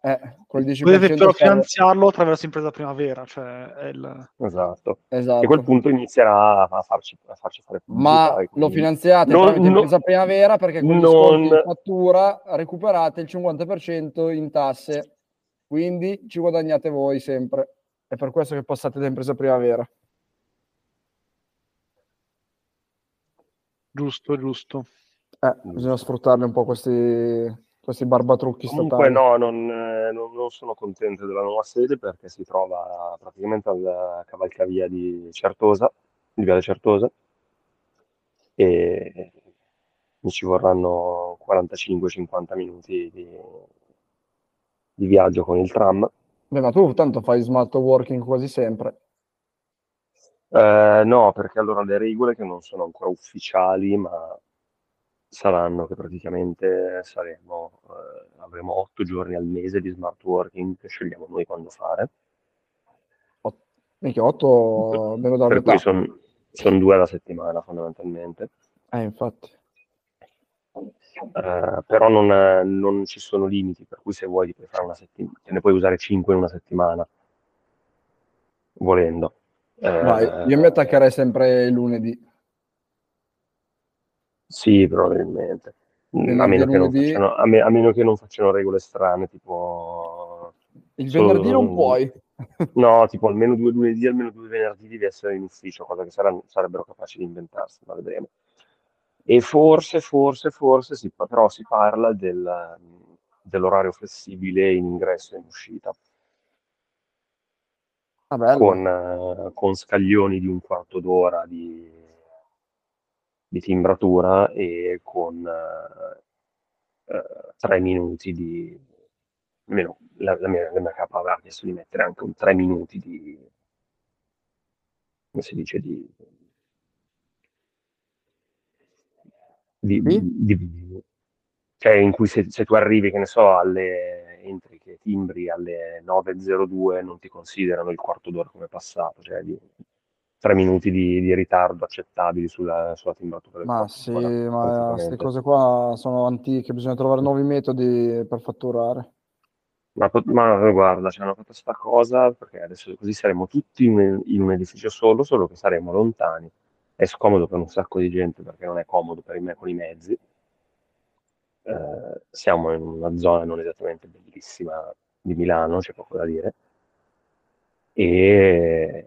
S4: eh, quel 10%
S3: Potete però
S4: serve-
S3: finanziarlo attraverso impresa primavera, cioè è il-
S1: Esatto.
S4: Esatto.
S1: E a quel punto inizierà a farci, a farci fare
S4: Ma
S1: pubblicità, e
S4: lo
S1: quindi-
S4: finanziate
S1: Non-
S4: tramite
S1: non-
S4: impresa primavera perché con gli
S1: non-
S4: sconti in fattura recuperate il 50% in tasse, quindi ci guadagnate voi sempre. È per questo che passate da impresa primavera.
S3: giusto, giusto.
S4: Eh,
S1: Mm.
S4: bisogna sfruttarli un po' questi, questi barbatrucchi
S1: Comunque
S4: statali.
S1: no, non, eh, non- non sono contento della nuova sede perché si trova praticamente alla cavalcavia di Certosa, di Viale Certosa, e mi ci vorranno 45-50 minuti di, di viaggio con il tram.
S4: Beh, ma tu tanto fai smart working quasi sempre.
S1: Eh, no, perché allora le regole che non sono ancora ufficiali, ma saranno che praticamente saremo, eh, avremo otto giorni al mese di smart working che scegliamo noi quando fare.
S4: Minchia, 8 meno dalla
S1: per
S4: metà.
S1: cui sono due alla settimana fondamentalmente.
S4: Eh, infatti.
S1: Eh, però non, non ci sono limiti, per cui se vuoi ti puoi fare una settimana, te ne puoi usare 5 in una settimana, volendo. Eh,
S4: Vai, io mi attaccherei sempre il lunedì.
S1: Sì, probabilmente. Mm, A
S4: Venerdì,
S1: meno, che non
S4: lunedì.
S1: facciano, a, me- a meno che non facciano regole strane, tipo...
S4: Il
S1: Solo-
S4: venerdì non puoi.
S1: No, tipo almeno due lunedì, almeno due venerdì devi essere in ufficio, cosa che saranno- sarebbero capaci di inventarsi, ma vedremo. E forse, forse, forse, si, pa- però si parla del, dell'orario flessibile in ingresso e in uscita,
S4: Ah, bello.
S1: con, eh, con scaglioni di un quarto d'ora di, di timbratura e con eh, eh, tre minuti di... almeno la, la mia, la mia capa aveva chiesto di mettere anche un tre minuti di... come si dice? Di... di-
S4: Sì?
S1: di- di- cioè in cui se, se tu arrivi, che ne so, alle... entri che timbri alle 9.02 non ti considerano il quarto d'ora come passato, cioè di... Tre minuti di, di ritardo accettabili sulla, sulla timbratura del
S4: Ma
S1: quarto
S4: sì,
S1: d'ora.
S4: ma queste
S1: praticamente.
S4: cose qua sono antiche, bisogna trovare nuovi metodi per fatturare.
S1: Ma, pot- ma guarda, ci hanno fatto sta cosa perché adesso così saremo tutti in, in un edificio solo, solo che saremo lontani. È scomodo per un sacco di gente perché non è comodo per i me- con i mezzi. Eh, siamo in una zona non esattamente bellissima di Milano, c'è poco da dire. E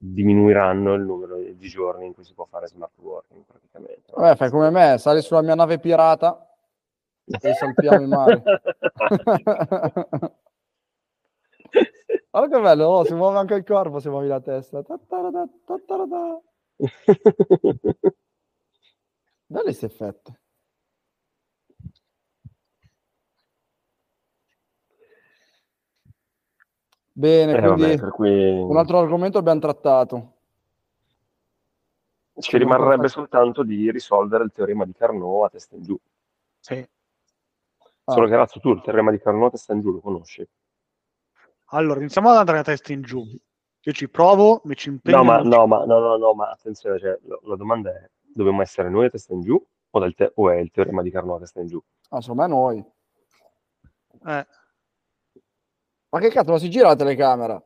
S1: diminuiranno il numero di giorni in cui si può fare smart working praticamente.
S4: Vabbè, fai come me, sali sulla mia nave pirata e salpiamo in mare. Guarda che bello, oh, si muove anche il corpo se muovi la testa. Ta-ta-ra-da, ta-ta-ra-da. Belli questi effetti. Bene,
S1: Eh,
S4: quindi
S1: vabbè, per cui-
S4: un altro argomento abbiamo trattato.
S1: Ci rimarrebbe soltanto di risolvere il teorema di Carnot a testa in giù.
S3: Sì.
S4: Ah.
S1: Solo che razzo tu il teorema di Carnot a testa in giù lo conosci.
S3: Allora, iniziamo ad andare a testa in giù. Io ci provo, mi ci impegno.
S1: no, ma,
S3: non ci-
S1: no, ma, no, no, no, ma attenzione, cioè, lo- la domanda è, dobbiamo essere noi a testa in giù o, dal te- o è il teorema di Carnot a testa in giù?
S4: Ah, secondo me noi.
S3: Eh,
S4: Ma che cazzo, ma si gira la telecamera?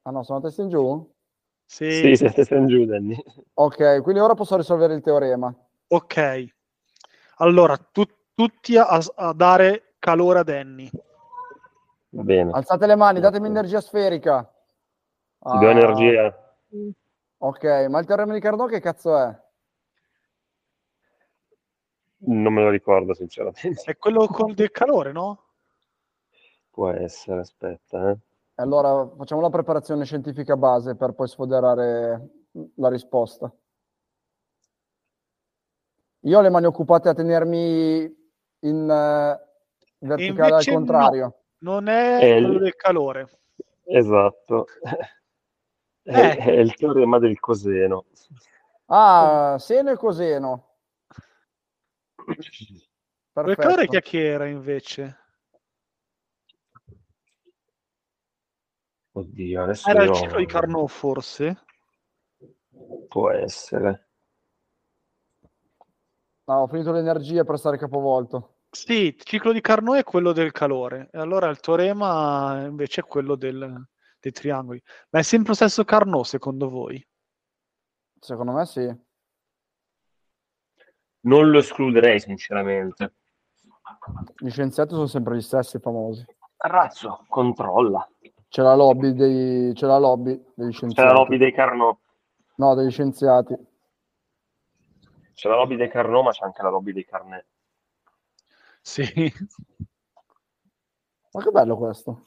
S4: Ah no, sono a testa in giù?
S3: sì,
S1: Sì, sì, a testa in giù, Danny.
S4: Ok, quindi ora posso risolvere il teorema.
S3: ok. Allora, tu- tutti a, a dare calore a Danny.
S1: Va bene.
S4: Alzate le mani, datemi energia sferica.
S1: Ti do
S4: Ah,
S1: energia.
S4: Ok, ma il teorema di Carnot che cazzo è?
S1: Non me lo ricordo, sinceramente.
S3: È quello con del calore, no?
S1: Può essere, aspetta. eh.
S4: Allora, facciamo la preparazione scientifica base per poi sfoderare la risposta. Io ho le mani occupate a tenermi in eh, verticale al
S3: Invece
S4: contrario.
S3: Non è
S1: Eh,
S3: quello
S1: l-
S3: del calore.
S1: Esatto.
S4: Eh.
S1: È, è il teorema del coseno.
S4: Ah, seno e coseno.
S3: Quel
S4: Perfetto.
S3: calore chi è che era invece?
S1: Oddio, adesso
S3: Era il
S1: io-
S3: ciclo di Carnot, forse?
S1: Può essere.
S4: No, ho finito l'energia per stare capovolto.
S3: Sì, il ciclo di Carnot è quello del calore, e allora il teorema invece è quello del- dei triangoli. Ma è sempre lo stesso Carnot, secondo voi?
S4: Secondo me sì.
S1: Non lo escluderei, sinceramente.
S4: Gli scienziati sono sempre gli stessi famosi.
S1: Razzo, controlla.
S4: C'è la lobby dei c'è la lobby
S1: C'è
S4: degli
S1: la
S4: scienziati.
S1: lobby dei Carnot.
S4: No, degli scienziati.
S1: C'è la lobby dei Carnot, ma c'è anche la lobby dei Carnet.
S3: Sì.
S4: Ma che bello questo.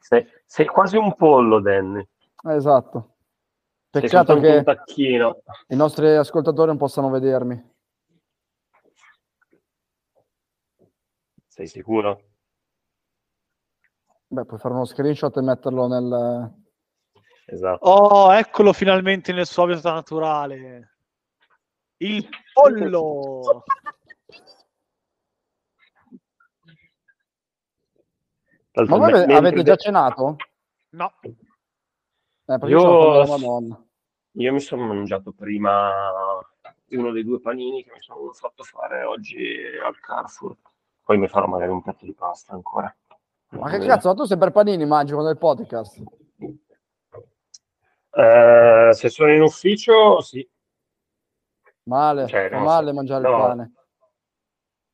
S1: Sei, sei quasi un pollo, Danny.
S4: Eh, Esatto.
S1: Sei
S4: Peccato
S1: soltanto un
S4: che
S1: tacchino.
S4: i nostri ascoltatori non possano vedermi.
S1: Sei sicuro?
S4: Beh, puoi fare uno screenshot e metterlo nel
S1: Esatto.
S3: Oh, eccolo finalmente nel suo habitat naturale. Il pollo!
S1: Tanto
S4: Ma voi
S1: me-
S4: ave-
S1: mentre
S4: avete già
S1: de-
S4: cenato?
S3: No,
S4: Eh, perché
S1: Io-
S4: io sono la Madonna.
S1: Io mi sono mangiato prima uno dei due panini che mi sono fatto fare oggi al Carrefour. Poi mi farò magari un pezzo di pasta ancora.
S4: Ma che cazzo, ma tu sei per panini immagino nel podcast.
S1: Eh, se sono in ufficio, sì.
S4: Male,
S1: Cioè,
S4: fa
S1: non
S4: male
S1: so.
S4: mangiare
S1: No.
S4: il pane.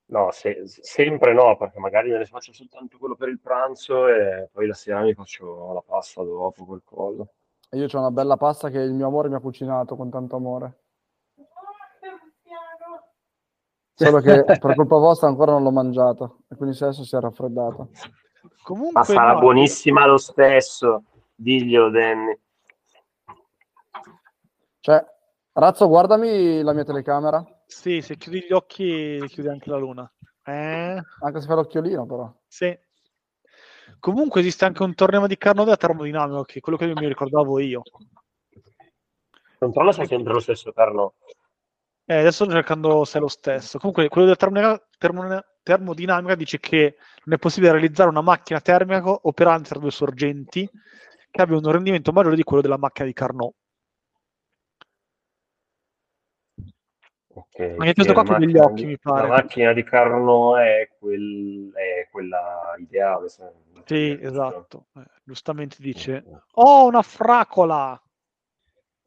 S1: No, se- se- sempre no, perché magari me ne faccio soltanto quello per il pranzo e poi la sera mi faccio la pasta dopo, qualcosa.
S4: E io ho una bella pasta che il mio amore mi ha cucinato con tanto amore. Solo che per colpa vostra ancora non l'ho mangiata. E quindi adesso si è raffreddata.
S1: Ma
S3: comunque
S1: sarà
S3: no, eh,
S1: buonissima lo stesso, diglielo Danny.
S4: Cioè, Razzo, guardami la mia telecamera.
S3: Sì, se chiudi gli occhi chiudi anche la luna. Eh?
S4: Anche se fa l'occhiolino, però.
S3: Sì. Comunque esiste anche un torneo di Carnot della termodinamica, che è quello che mi ricordavo io.
S1: Controlla se è sempre lo stesso Carlo.
S3: Eh, adesso sto cercando se è lo stesso. Comunque, quello della termodina- termo- termodinamica dice che non è possibile realizzare una macchina termica co- operante tra due sorgenti che abbia un rendimento maggiore di quello della macchina di Carnot.
S1: Ok,
S3: Mi è chiesto
S1: sì,
S3: qua
S1: la
S3: con degli
S1: macchina
S3: occhi,
S1: di-
S3: mi pare.
S1: La macchina di Carnot è, quel- è quella ideale. se-
S3: Sì,
S1: giusto?
S3: esatto. Eh, giustamente dice:
S1: Ok.
S3: Oh, una fracola!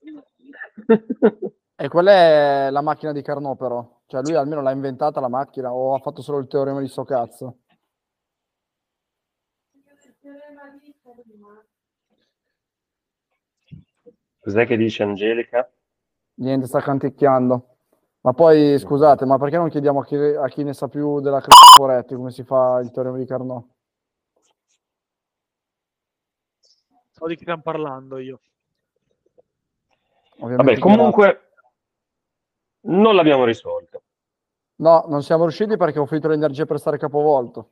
S3: esatto.
S4: E qual è la macchina di Carnot, però? Cioè, lui almeno l'ha inventata la macchina, o ha fatto solo il teorema di sto cazzo?
S1: Cos'è che dice Angelica?
S4: Niente, sta canticchiando. Ma poi, scusate, ma perché non chiediamo a chi, a chi ne sa più della c***o Foretti come si fa il teorema di Carnot?
S3: So di chi stiamo parlando io.
S4: Ovviamente
S1: Vabbè, comunque non l'abbiamo risolto.
S4: No, non siamo riusciti perché ho finito l'energia per stare capovolto.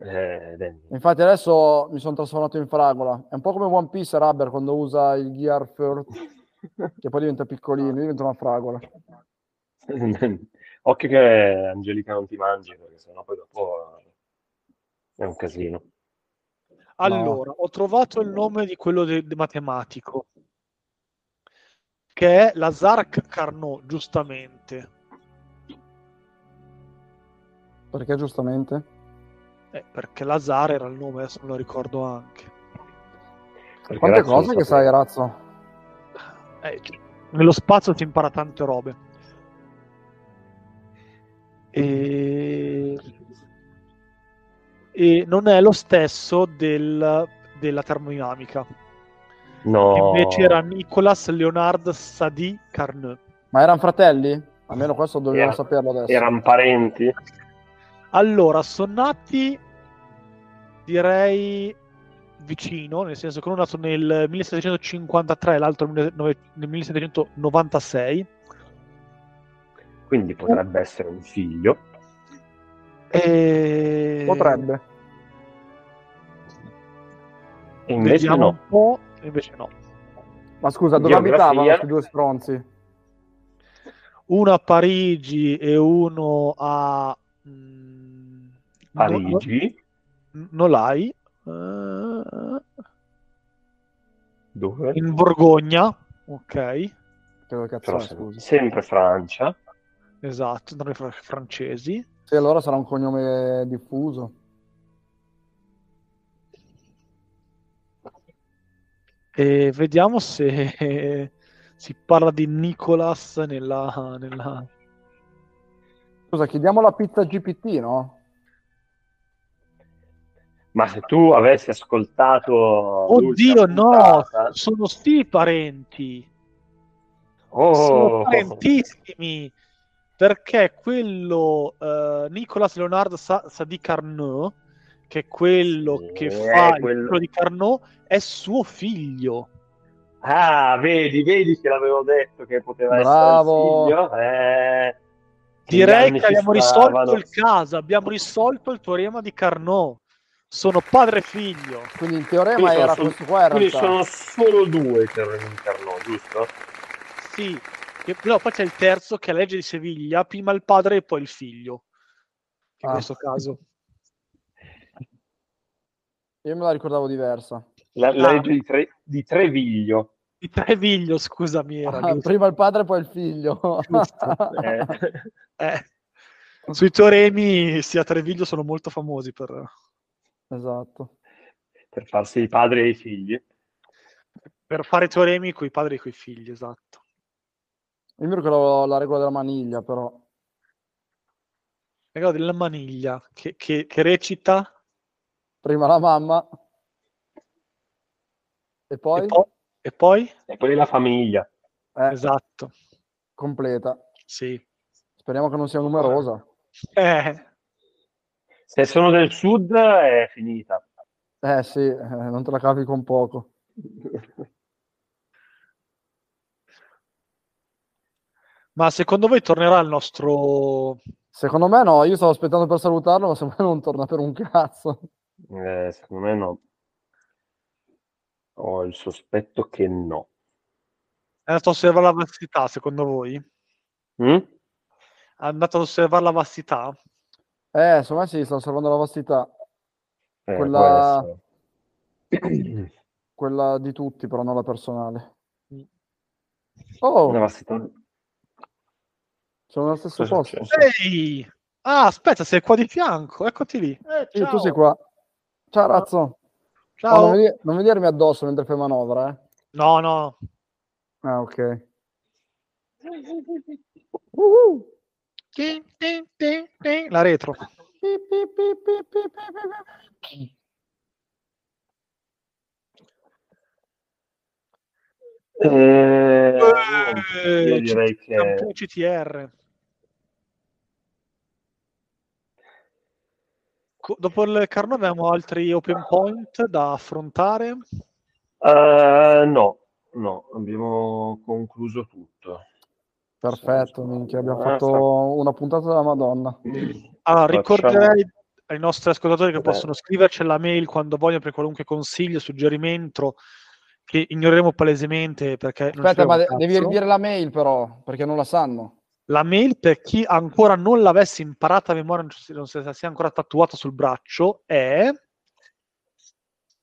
S1: Eh, Danny.
S4: Infatti adesso mi sono trasformato in fragola. È un po' come One Piece Rubber quando usa il Gear Firth, che poi diventa piccolino, io divento una fragola. Eh.
S1: Occhio che Angelica non ti mangi, perché sennò poi dopo è un casino.
S3: Allora, ho trovato il nome di quello de- de- matematico, che è Lazarc Carnot, giustamente.
S4: Perché giustamente?
S3: Eh, perché Lazar era il nome, adesso non lo ricordo anche.
S1: Perché
S4: Quante
S1: Razzo
S4: cose
S1: non
S4: che
S1: sapeva.
S4: sai, Razzo?
S3: Eh, c- nello spazio si impara tante robe. E... e non è lo stesso del- della termodinamica.
S1: No.
S3: Invece era Nicolas Leonard Sadi Carnot.
S4: Ma erano fratelli? Almeno questo dobbiamo
S1: Era-
S4: saperlo adesso.
S1: Erano parenti?
S3: Allora, sono nati direi vicino, nel senso che uno è nato nel 1753 e l'altro nel 19- nel 1796.
S1: Quindi potrebbe essere un figlio.
S3: E...
S4: Potrebbe.
S1: E invece
S3: Vediamo
S1: no.
S3: un po', invece no.
S4: Ma scusa, dove
S1: Geografia.
S4: abitavano questi due stronzi?
S3: Uno a Parigi e uno a... mm,
S1: Parigi?
S3: No- Nolai, eh,
S1: Dove?
S3: in Borgogna, ok,
S4: Che dove cazzo
S1: Però
S4: è,
S1: se-
S4: scusi.
S1: sempre Francia.
S3: esatto, tra i fr- francesi.
S4: Sì, allora sarà un cognome diffuso.
S3: E vediamo se eh, si parla di Nicolas nella, nella-
S4: Scusa, chiediamo la pizza GPT, no?
S1: Ma se tu avessi ascoltato...
S3: Oddio,
S1: l'ultima
S3: no!
S1: puntata-
S3: Sono sti parenti! Sono
S1: Oh,
S3: parentissimi! Perché quello eh, Nicolas Leonard Sa- Sadi Carnot, che è quello
S1: Sì,
S3: che fa il
S1: quello-
S3: quello di Carnot, è suo figlio.
S1: Ah, vedi, vedi che l'avevo detto che poteva
S4: Bravo.
S1: essere un figlio. Eh,
S3: Direi
S1: anni ci
S3: che abbiamo
S1: stavano.
S3: risolto il caso, abbiamo risolto il teorema di Carnot. Sono padre e figlio.
S4: Quindi il teorema
S1: Quindi sono
S4: era
S1: solo-
S4: questo qua, in
S1: Quindi
S4: realtà.
S1: sono solo due che erano in Carnò, giusto?
S3: Sì, che, no, poi c'è il terzo che è la legge di Seviglia, prima il padre e poi il figlio. In
S4: Ah.
S3: questo caso.
S4: Io me la ricordavo diversa.
S1: La, la
S3: Ah.
S1: legge di, Tre- di Treviglio.
S3: Di Treviglio, scusami, era
S4: Ah,
S3: giusto,
S4: prima il padre, poi il figlio.
S3: giusto.
S1: Eh,
S3: Eh, Sui teoremi sia Treviglio sono molto famosi per,
S4: esatto.
S1: per farsi i padri e i figli.
S3: per fare teoremi coi padri e coi figli, esatto.
S4: Io mi ricordavo la regola della maniglia, però.
S3: Regola della maniglia che, che- che recita
S4: Prima la mamma. E poi?
S3: e poi, e poi?
S1: E poi la famiglia.
S4: Eh,
S3: Esatto,
S4: completa.
S3: sì.
S4: Speriamo che non sia numerosa.
S3: Eh,
S1: Se sono del sud è finita.
S4: Eh sì, eh, non te la cavi con poco.
S3: ma secondo voi tornerà il nostro...
S4: Secondo me no, io stavo aspettando per salutarlo, ma secondo me non torna per un cazzo.
S1: Eh, secondo me no. Ho il sospetto che no.
S3: È andato a osservare la vastità, secondo voi?
S1: Mm?
S3: È andato ad osservare la vastità?
S4: Eh, insomma sì, sto osservando la vastità,
S1: Eh,
S4: Quella-
S1: può essere.
S4: quella di tutti, però non la personale. Oh,
S1: Una vastità-
S4: sono nello stesso
S1: Cosa è
S4: posto.
S1: successo?
S3: Ehi! Ah, aspetta, sei qua di fianco, eccoti lì. Eh,
S4: Sì, Eh, tu sei qua. Ciao Razzo. Oh,
S3: Ciao.
S4: non, vedi- non vedermi addosso mentre fai manovra, eh?
S3: No, no,
S4: Ah, ok.
S3: Tin, tin, tin, tin. La retro.
S1: Eh, io
S3: Eh,
S1: direi
S3: C- C'è un
S1: che
S3: po' CTR. Co- Dopo il Carno abbiamo altri open point da affrontare.
S1: Eh, no, no, abbiamo concluso tutto.
S4: Perfetto, minchia, abbiamo
S1: Ah,
S4: fatto una puntata della Madonna.
S3: Allora,
S1: Facciamo-
S3: Ah, ricorderei ai nostri ascoltatori che
S1: Beh.
S3: possono scriverci la mail quando vogliono per qualunque consiglio, suggerimento che ignoreremo palesemente perché non ci
S4: Aspetta,
S3: frega
S4: ma
S3: un
S4: de-
S3: cazzo.
S4: devi dire la mail però, perché non la sanno.
S3: la mail per chi ancora non l'avesse imparata a memoria, non, ci- non se la sia ancora tatuata sul braccio, è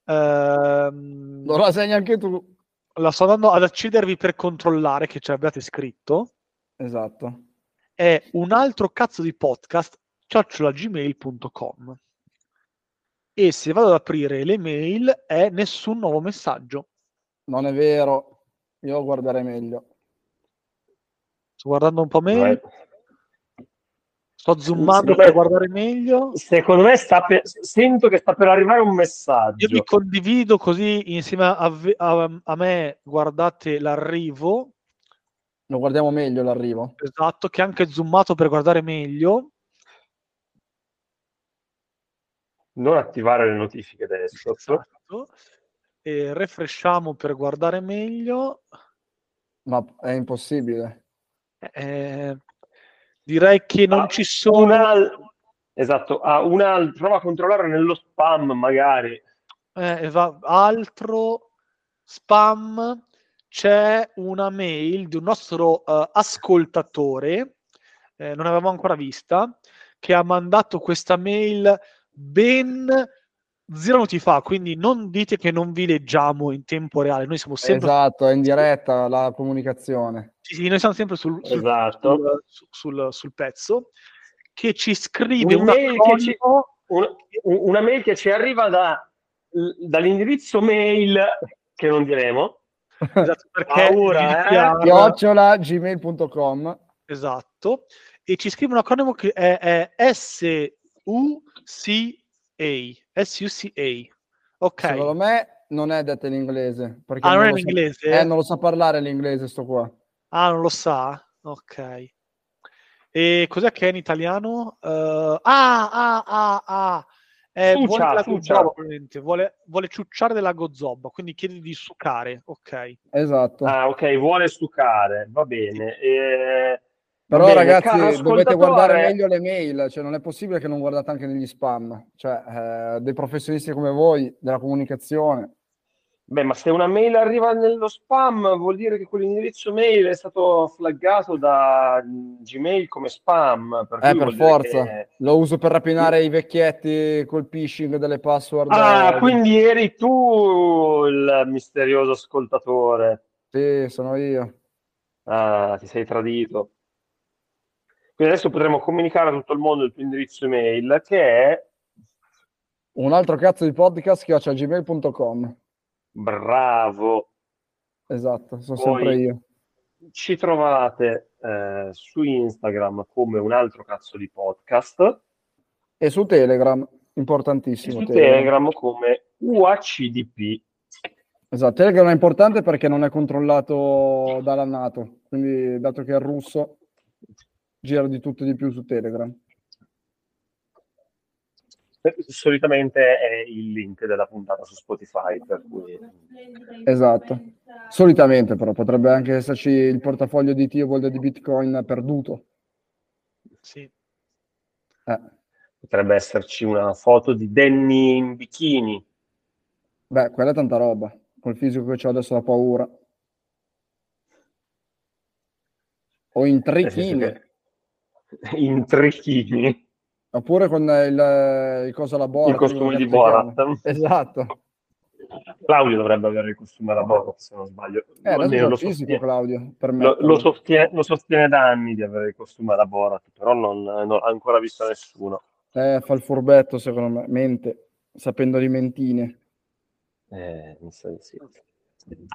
S3: Ehm,
S4: Non la segni anche tu.
S3: La sto andando ad accedervi per controllare che ce l'abbiate scritto.
S4: Esatto.
S3: È un altro cazzo di podcast chiocciolagmail.com e se vado ad aprire le mail è nessun nuovo messaggio.
S4: Non è vero. Io guarderei meglio.
S3: Sto guardando un po' mail,
S1: Beh,
S3: sto zoomando
S1: Secondo
S3: per
S1: me-
S3: guardare meglio.
S1: Secondo me sta per- sento che sta per arrivare un
S3: Io
S1: messaggio.
S3: vi condivido così insieme a, ve- a- a me guardate l'arrivo,
S4: Lo guardiamo meglio l'arrivo.
S3: esatto, che è anche zoomato per guardare meglio.
S1: Non attivare le notifiche adesso.
S3: Esatto. E refresciamo per guardare meglio.
S4: Ma è impossibile.
S3: Eh, direi che non
S1: Ah,
S3: ci sono...
S1: Una- Esatto, ah, una- prova a controllare nello spam magari.
S3: Eh, e va- altro spam c'è una mail di un nostro eh, ascoltatore, eh, non avevamo ancora vista, che ha mandato questa mail ben zero minuti fa, quindi non dite che non vi leggiamo in tempo reale, noi siamo sempre,
S4: Esatto, è in diretta la comunicazione.
S3: sì, sì, noi siamo sempre sul, sul-
S1: Esatto.
S3: sul- sul- sul- sul pezzo, che ci scrive un
S1: Un'email che ci-
S3: anonimo-
S1: un- un- una mail che ci arriva da- dall'indirizzo mail che non diremo.
S3: esatto, perché
S1: Paura, eh?
S3: GDPR
S4: Chiocciola gmail.com.
S3: Esatto. E ci scrive un acronimo che è, è SUCA. SUCA. Ok.
S4: Secondo me non è detta in inglese. Perché
S3: Ah, non è
S4: lo
S3: in
S4: sa-
S3: inglese?
S4: eh, non lo sa parlare l'inglese sto qua.
S3: Ah, non lo sa? Ok. E cos'è che è in italiano? Eh, ah, ah, ah, ah. Eh,
S1: Succia,
S3: vuole della
S1: succia.
S3: gozzoba, probabilmente. Vuole, vuole ciucciare della gozzoba, quindi chiede di succare. Ok.
S4: Esatto.
S1: Ah, ok, vuole sucare, va bene. Eh,
S4: Però
S1: va bene, caro
S4: ragazzi dovete
S1: ascoltatore,
S4: guardare meglio le mail, cioè non è possibile che non guardate anche negli spam, cioè eh, dei professionisti come voi, della comunicazione.
S1: Beh, ma se una mail arriva nello spam, vuol dire che quell'indirizzo mail è stato flaggato da mm, Gmail come spam. Per
S4: Eh,
S1: cui vuol
S4: per
S1: dire
S4: forza,
S1: che-
S4: lo uso per rapinare i vecchietti col phishing delle password.
S1: Ah,
S4: eh,
S1: quindi eri tu il misterioso ascoltatore.
S4: Sì, sono io.
S1: Ah, ti sei tradito. Quindi adesso potremo comunicare a tutto il mondo il tuo indirizzo email, che è
S4: Un altro cazzo di podcast che ho, cioè gmail.com.
S1: bravo.
S4: Esatto, sono
S1: Poi-
S4: sempre io.
S1: Ci trovate eh, su Instagram come un altro cazzo di podcast
S4: E su Telegram,
S1: e
S4: importantissimo.
S1: su Telegram come UACDP.
S4: Esatto, Telegram è importante perché non è controllato dalla Nato, quindi dato che è russo gira di tutto e di più su Telegram.
S1: Solitamente è il link della puntata su Spotify, per cui
S4: Esatto. Solitamente però potrebbe anche esserci il portafoglio di Tiobold di Bitcoin perduto.
S3: Sì.
S4: Eh,
S1: potrebbe esserci una foto di Danny in bikini.
S4: beh, quella è tanta roba. Col fisico che ho adesso la paura. O in
S1: Nel senso
S4: trichini,
S1: che- In trichini,
S4: oppure con il, eh, il coso alla Borat.
S1: il costume
S4: come
S1: di
S4: cazzo si chiama?
S1: Borat.
S4: Esatto.
S1: Claudio dovrebbe avere il costume da Borat, se non sbaglio.
S4: Eh, adesso
S1: Almeno
S4: sono
S1: lo,
S4: fisico,
S1: sostiene,
S4: Claudio, per me.
S1: lo- lo sostiene- lo sostiene da anni di avere il costume da Borat, però non, non ha ancora visto nessuno.
S4: Eh, fa il furbetto, secondo me. Mente, sapendo di mentine.
S1: Eh, mi sa di sì. Eh,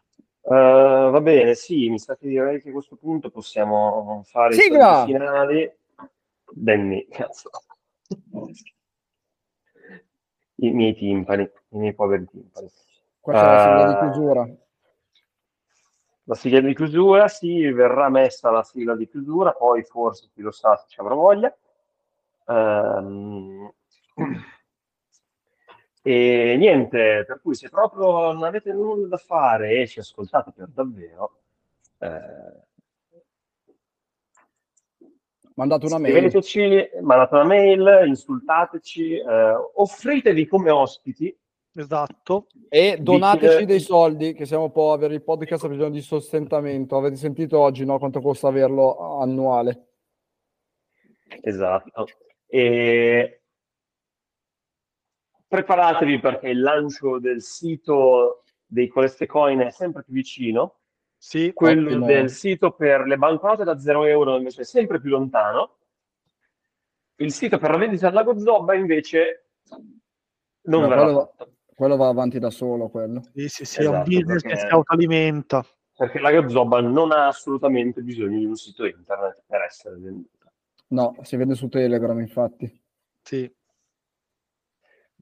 S1: va bene, sì, mi sa che direi che a questo punto possiamo fare i
S4: Sigla!
S1: saluti finali. Danny, cazzo. I miei timpani, i miei poveri timpani.
S4: Qua c'è la sigla
S1: Ah.
S4: di chiusura.
S1: La sigla di chiusura, sì, verrà messa la sigla di chiusura, poi forse chi lo sa se ci avrà voglia. Ehm, E niente, per cui se proprio non avete nulla da fare e ci ascoltate per davvero, eh,
S4: Mandato una mail.
S1: scriveteci, mandate una mail, insultateci, eh, offritevi come ospiti.
S3: Esatto.
S4: E donateci
S1: Dici-
S4: dei soldi, che siamo poveri. Il podcast ha bisogno di sostentamento. Avete sentito oggi no, quanto costa averlo annuale?
S1: Esatto. E preparatevi perché il lancio del sito dei Coleste Coin è sempre più vicino.
S3: Sì,
S1: Quello
S4: Ottimo.
S1: del sito per le banconote da 0 euro invece è sempre più lontano. Il sito per la vendita al lago Zobba invece non
S4: Ma
S1: verrà
S4: quello-
S1: fatto.
S4: Quello va avanti da solo, quello.
S3: sì, sì, sì, è un
S1: Esatto,
S3: business
S1: perché-
S3: che si autoalimenta.
S1: Perché il lago Zobba non ha assolutamente bisogno di un sito internet per essere venduto.
S4: No, si vede su Telegram, infatti.
S3: Sì.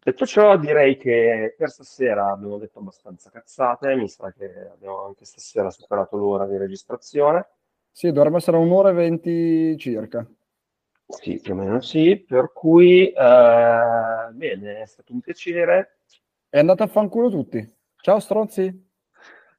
S1: Detto ciò, direi che per stasera abbiamo detto abbastanza cazzate, mi sa che abbiamo anche stasera superato l'ora di registrazione.
S4: Sì, dovrebbe essere un'ora e venti circa.
S1: Sì, più o meno sì, per cui eh, bene, è stato un piacere.
S4: È andata a fanculo tutti. Ciao stronzi.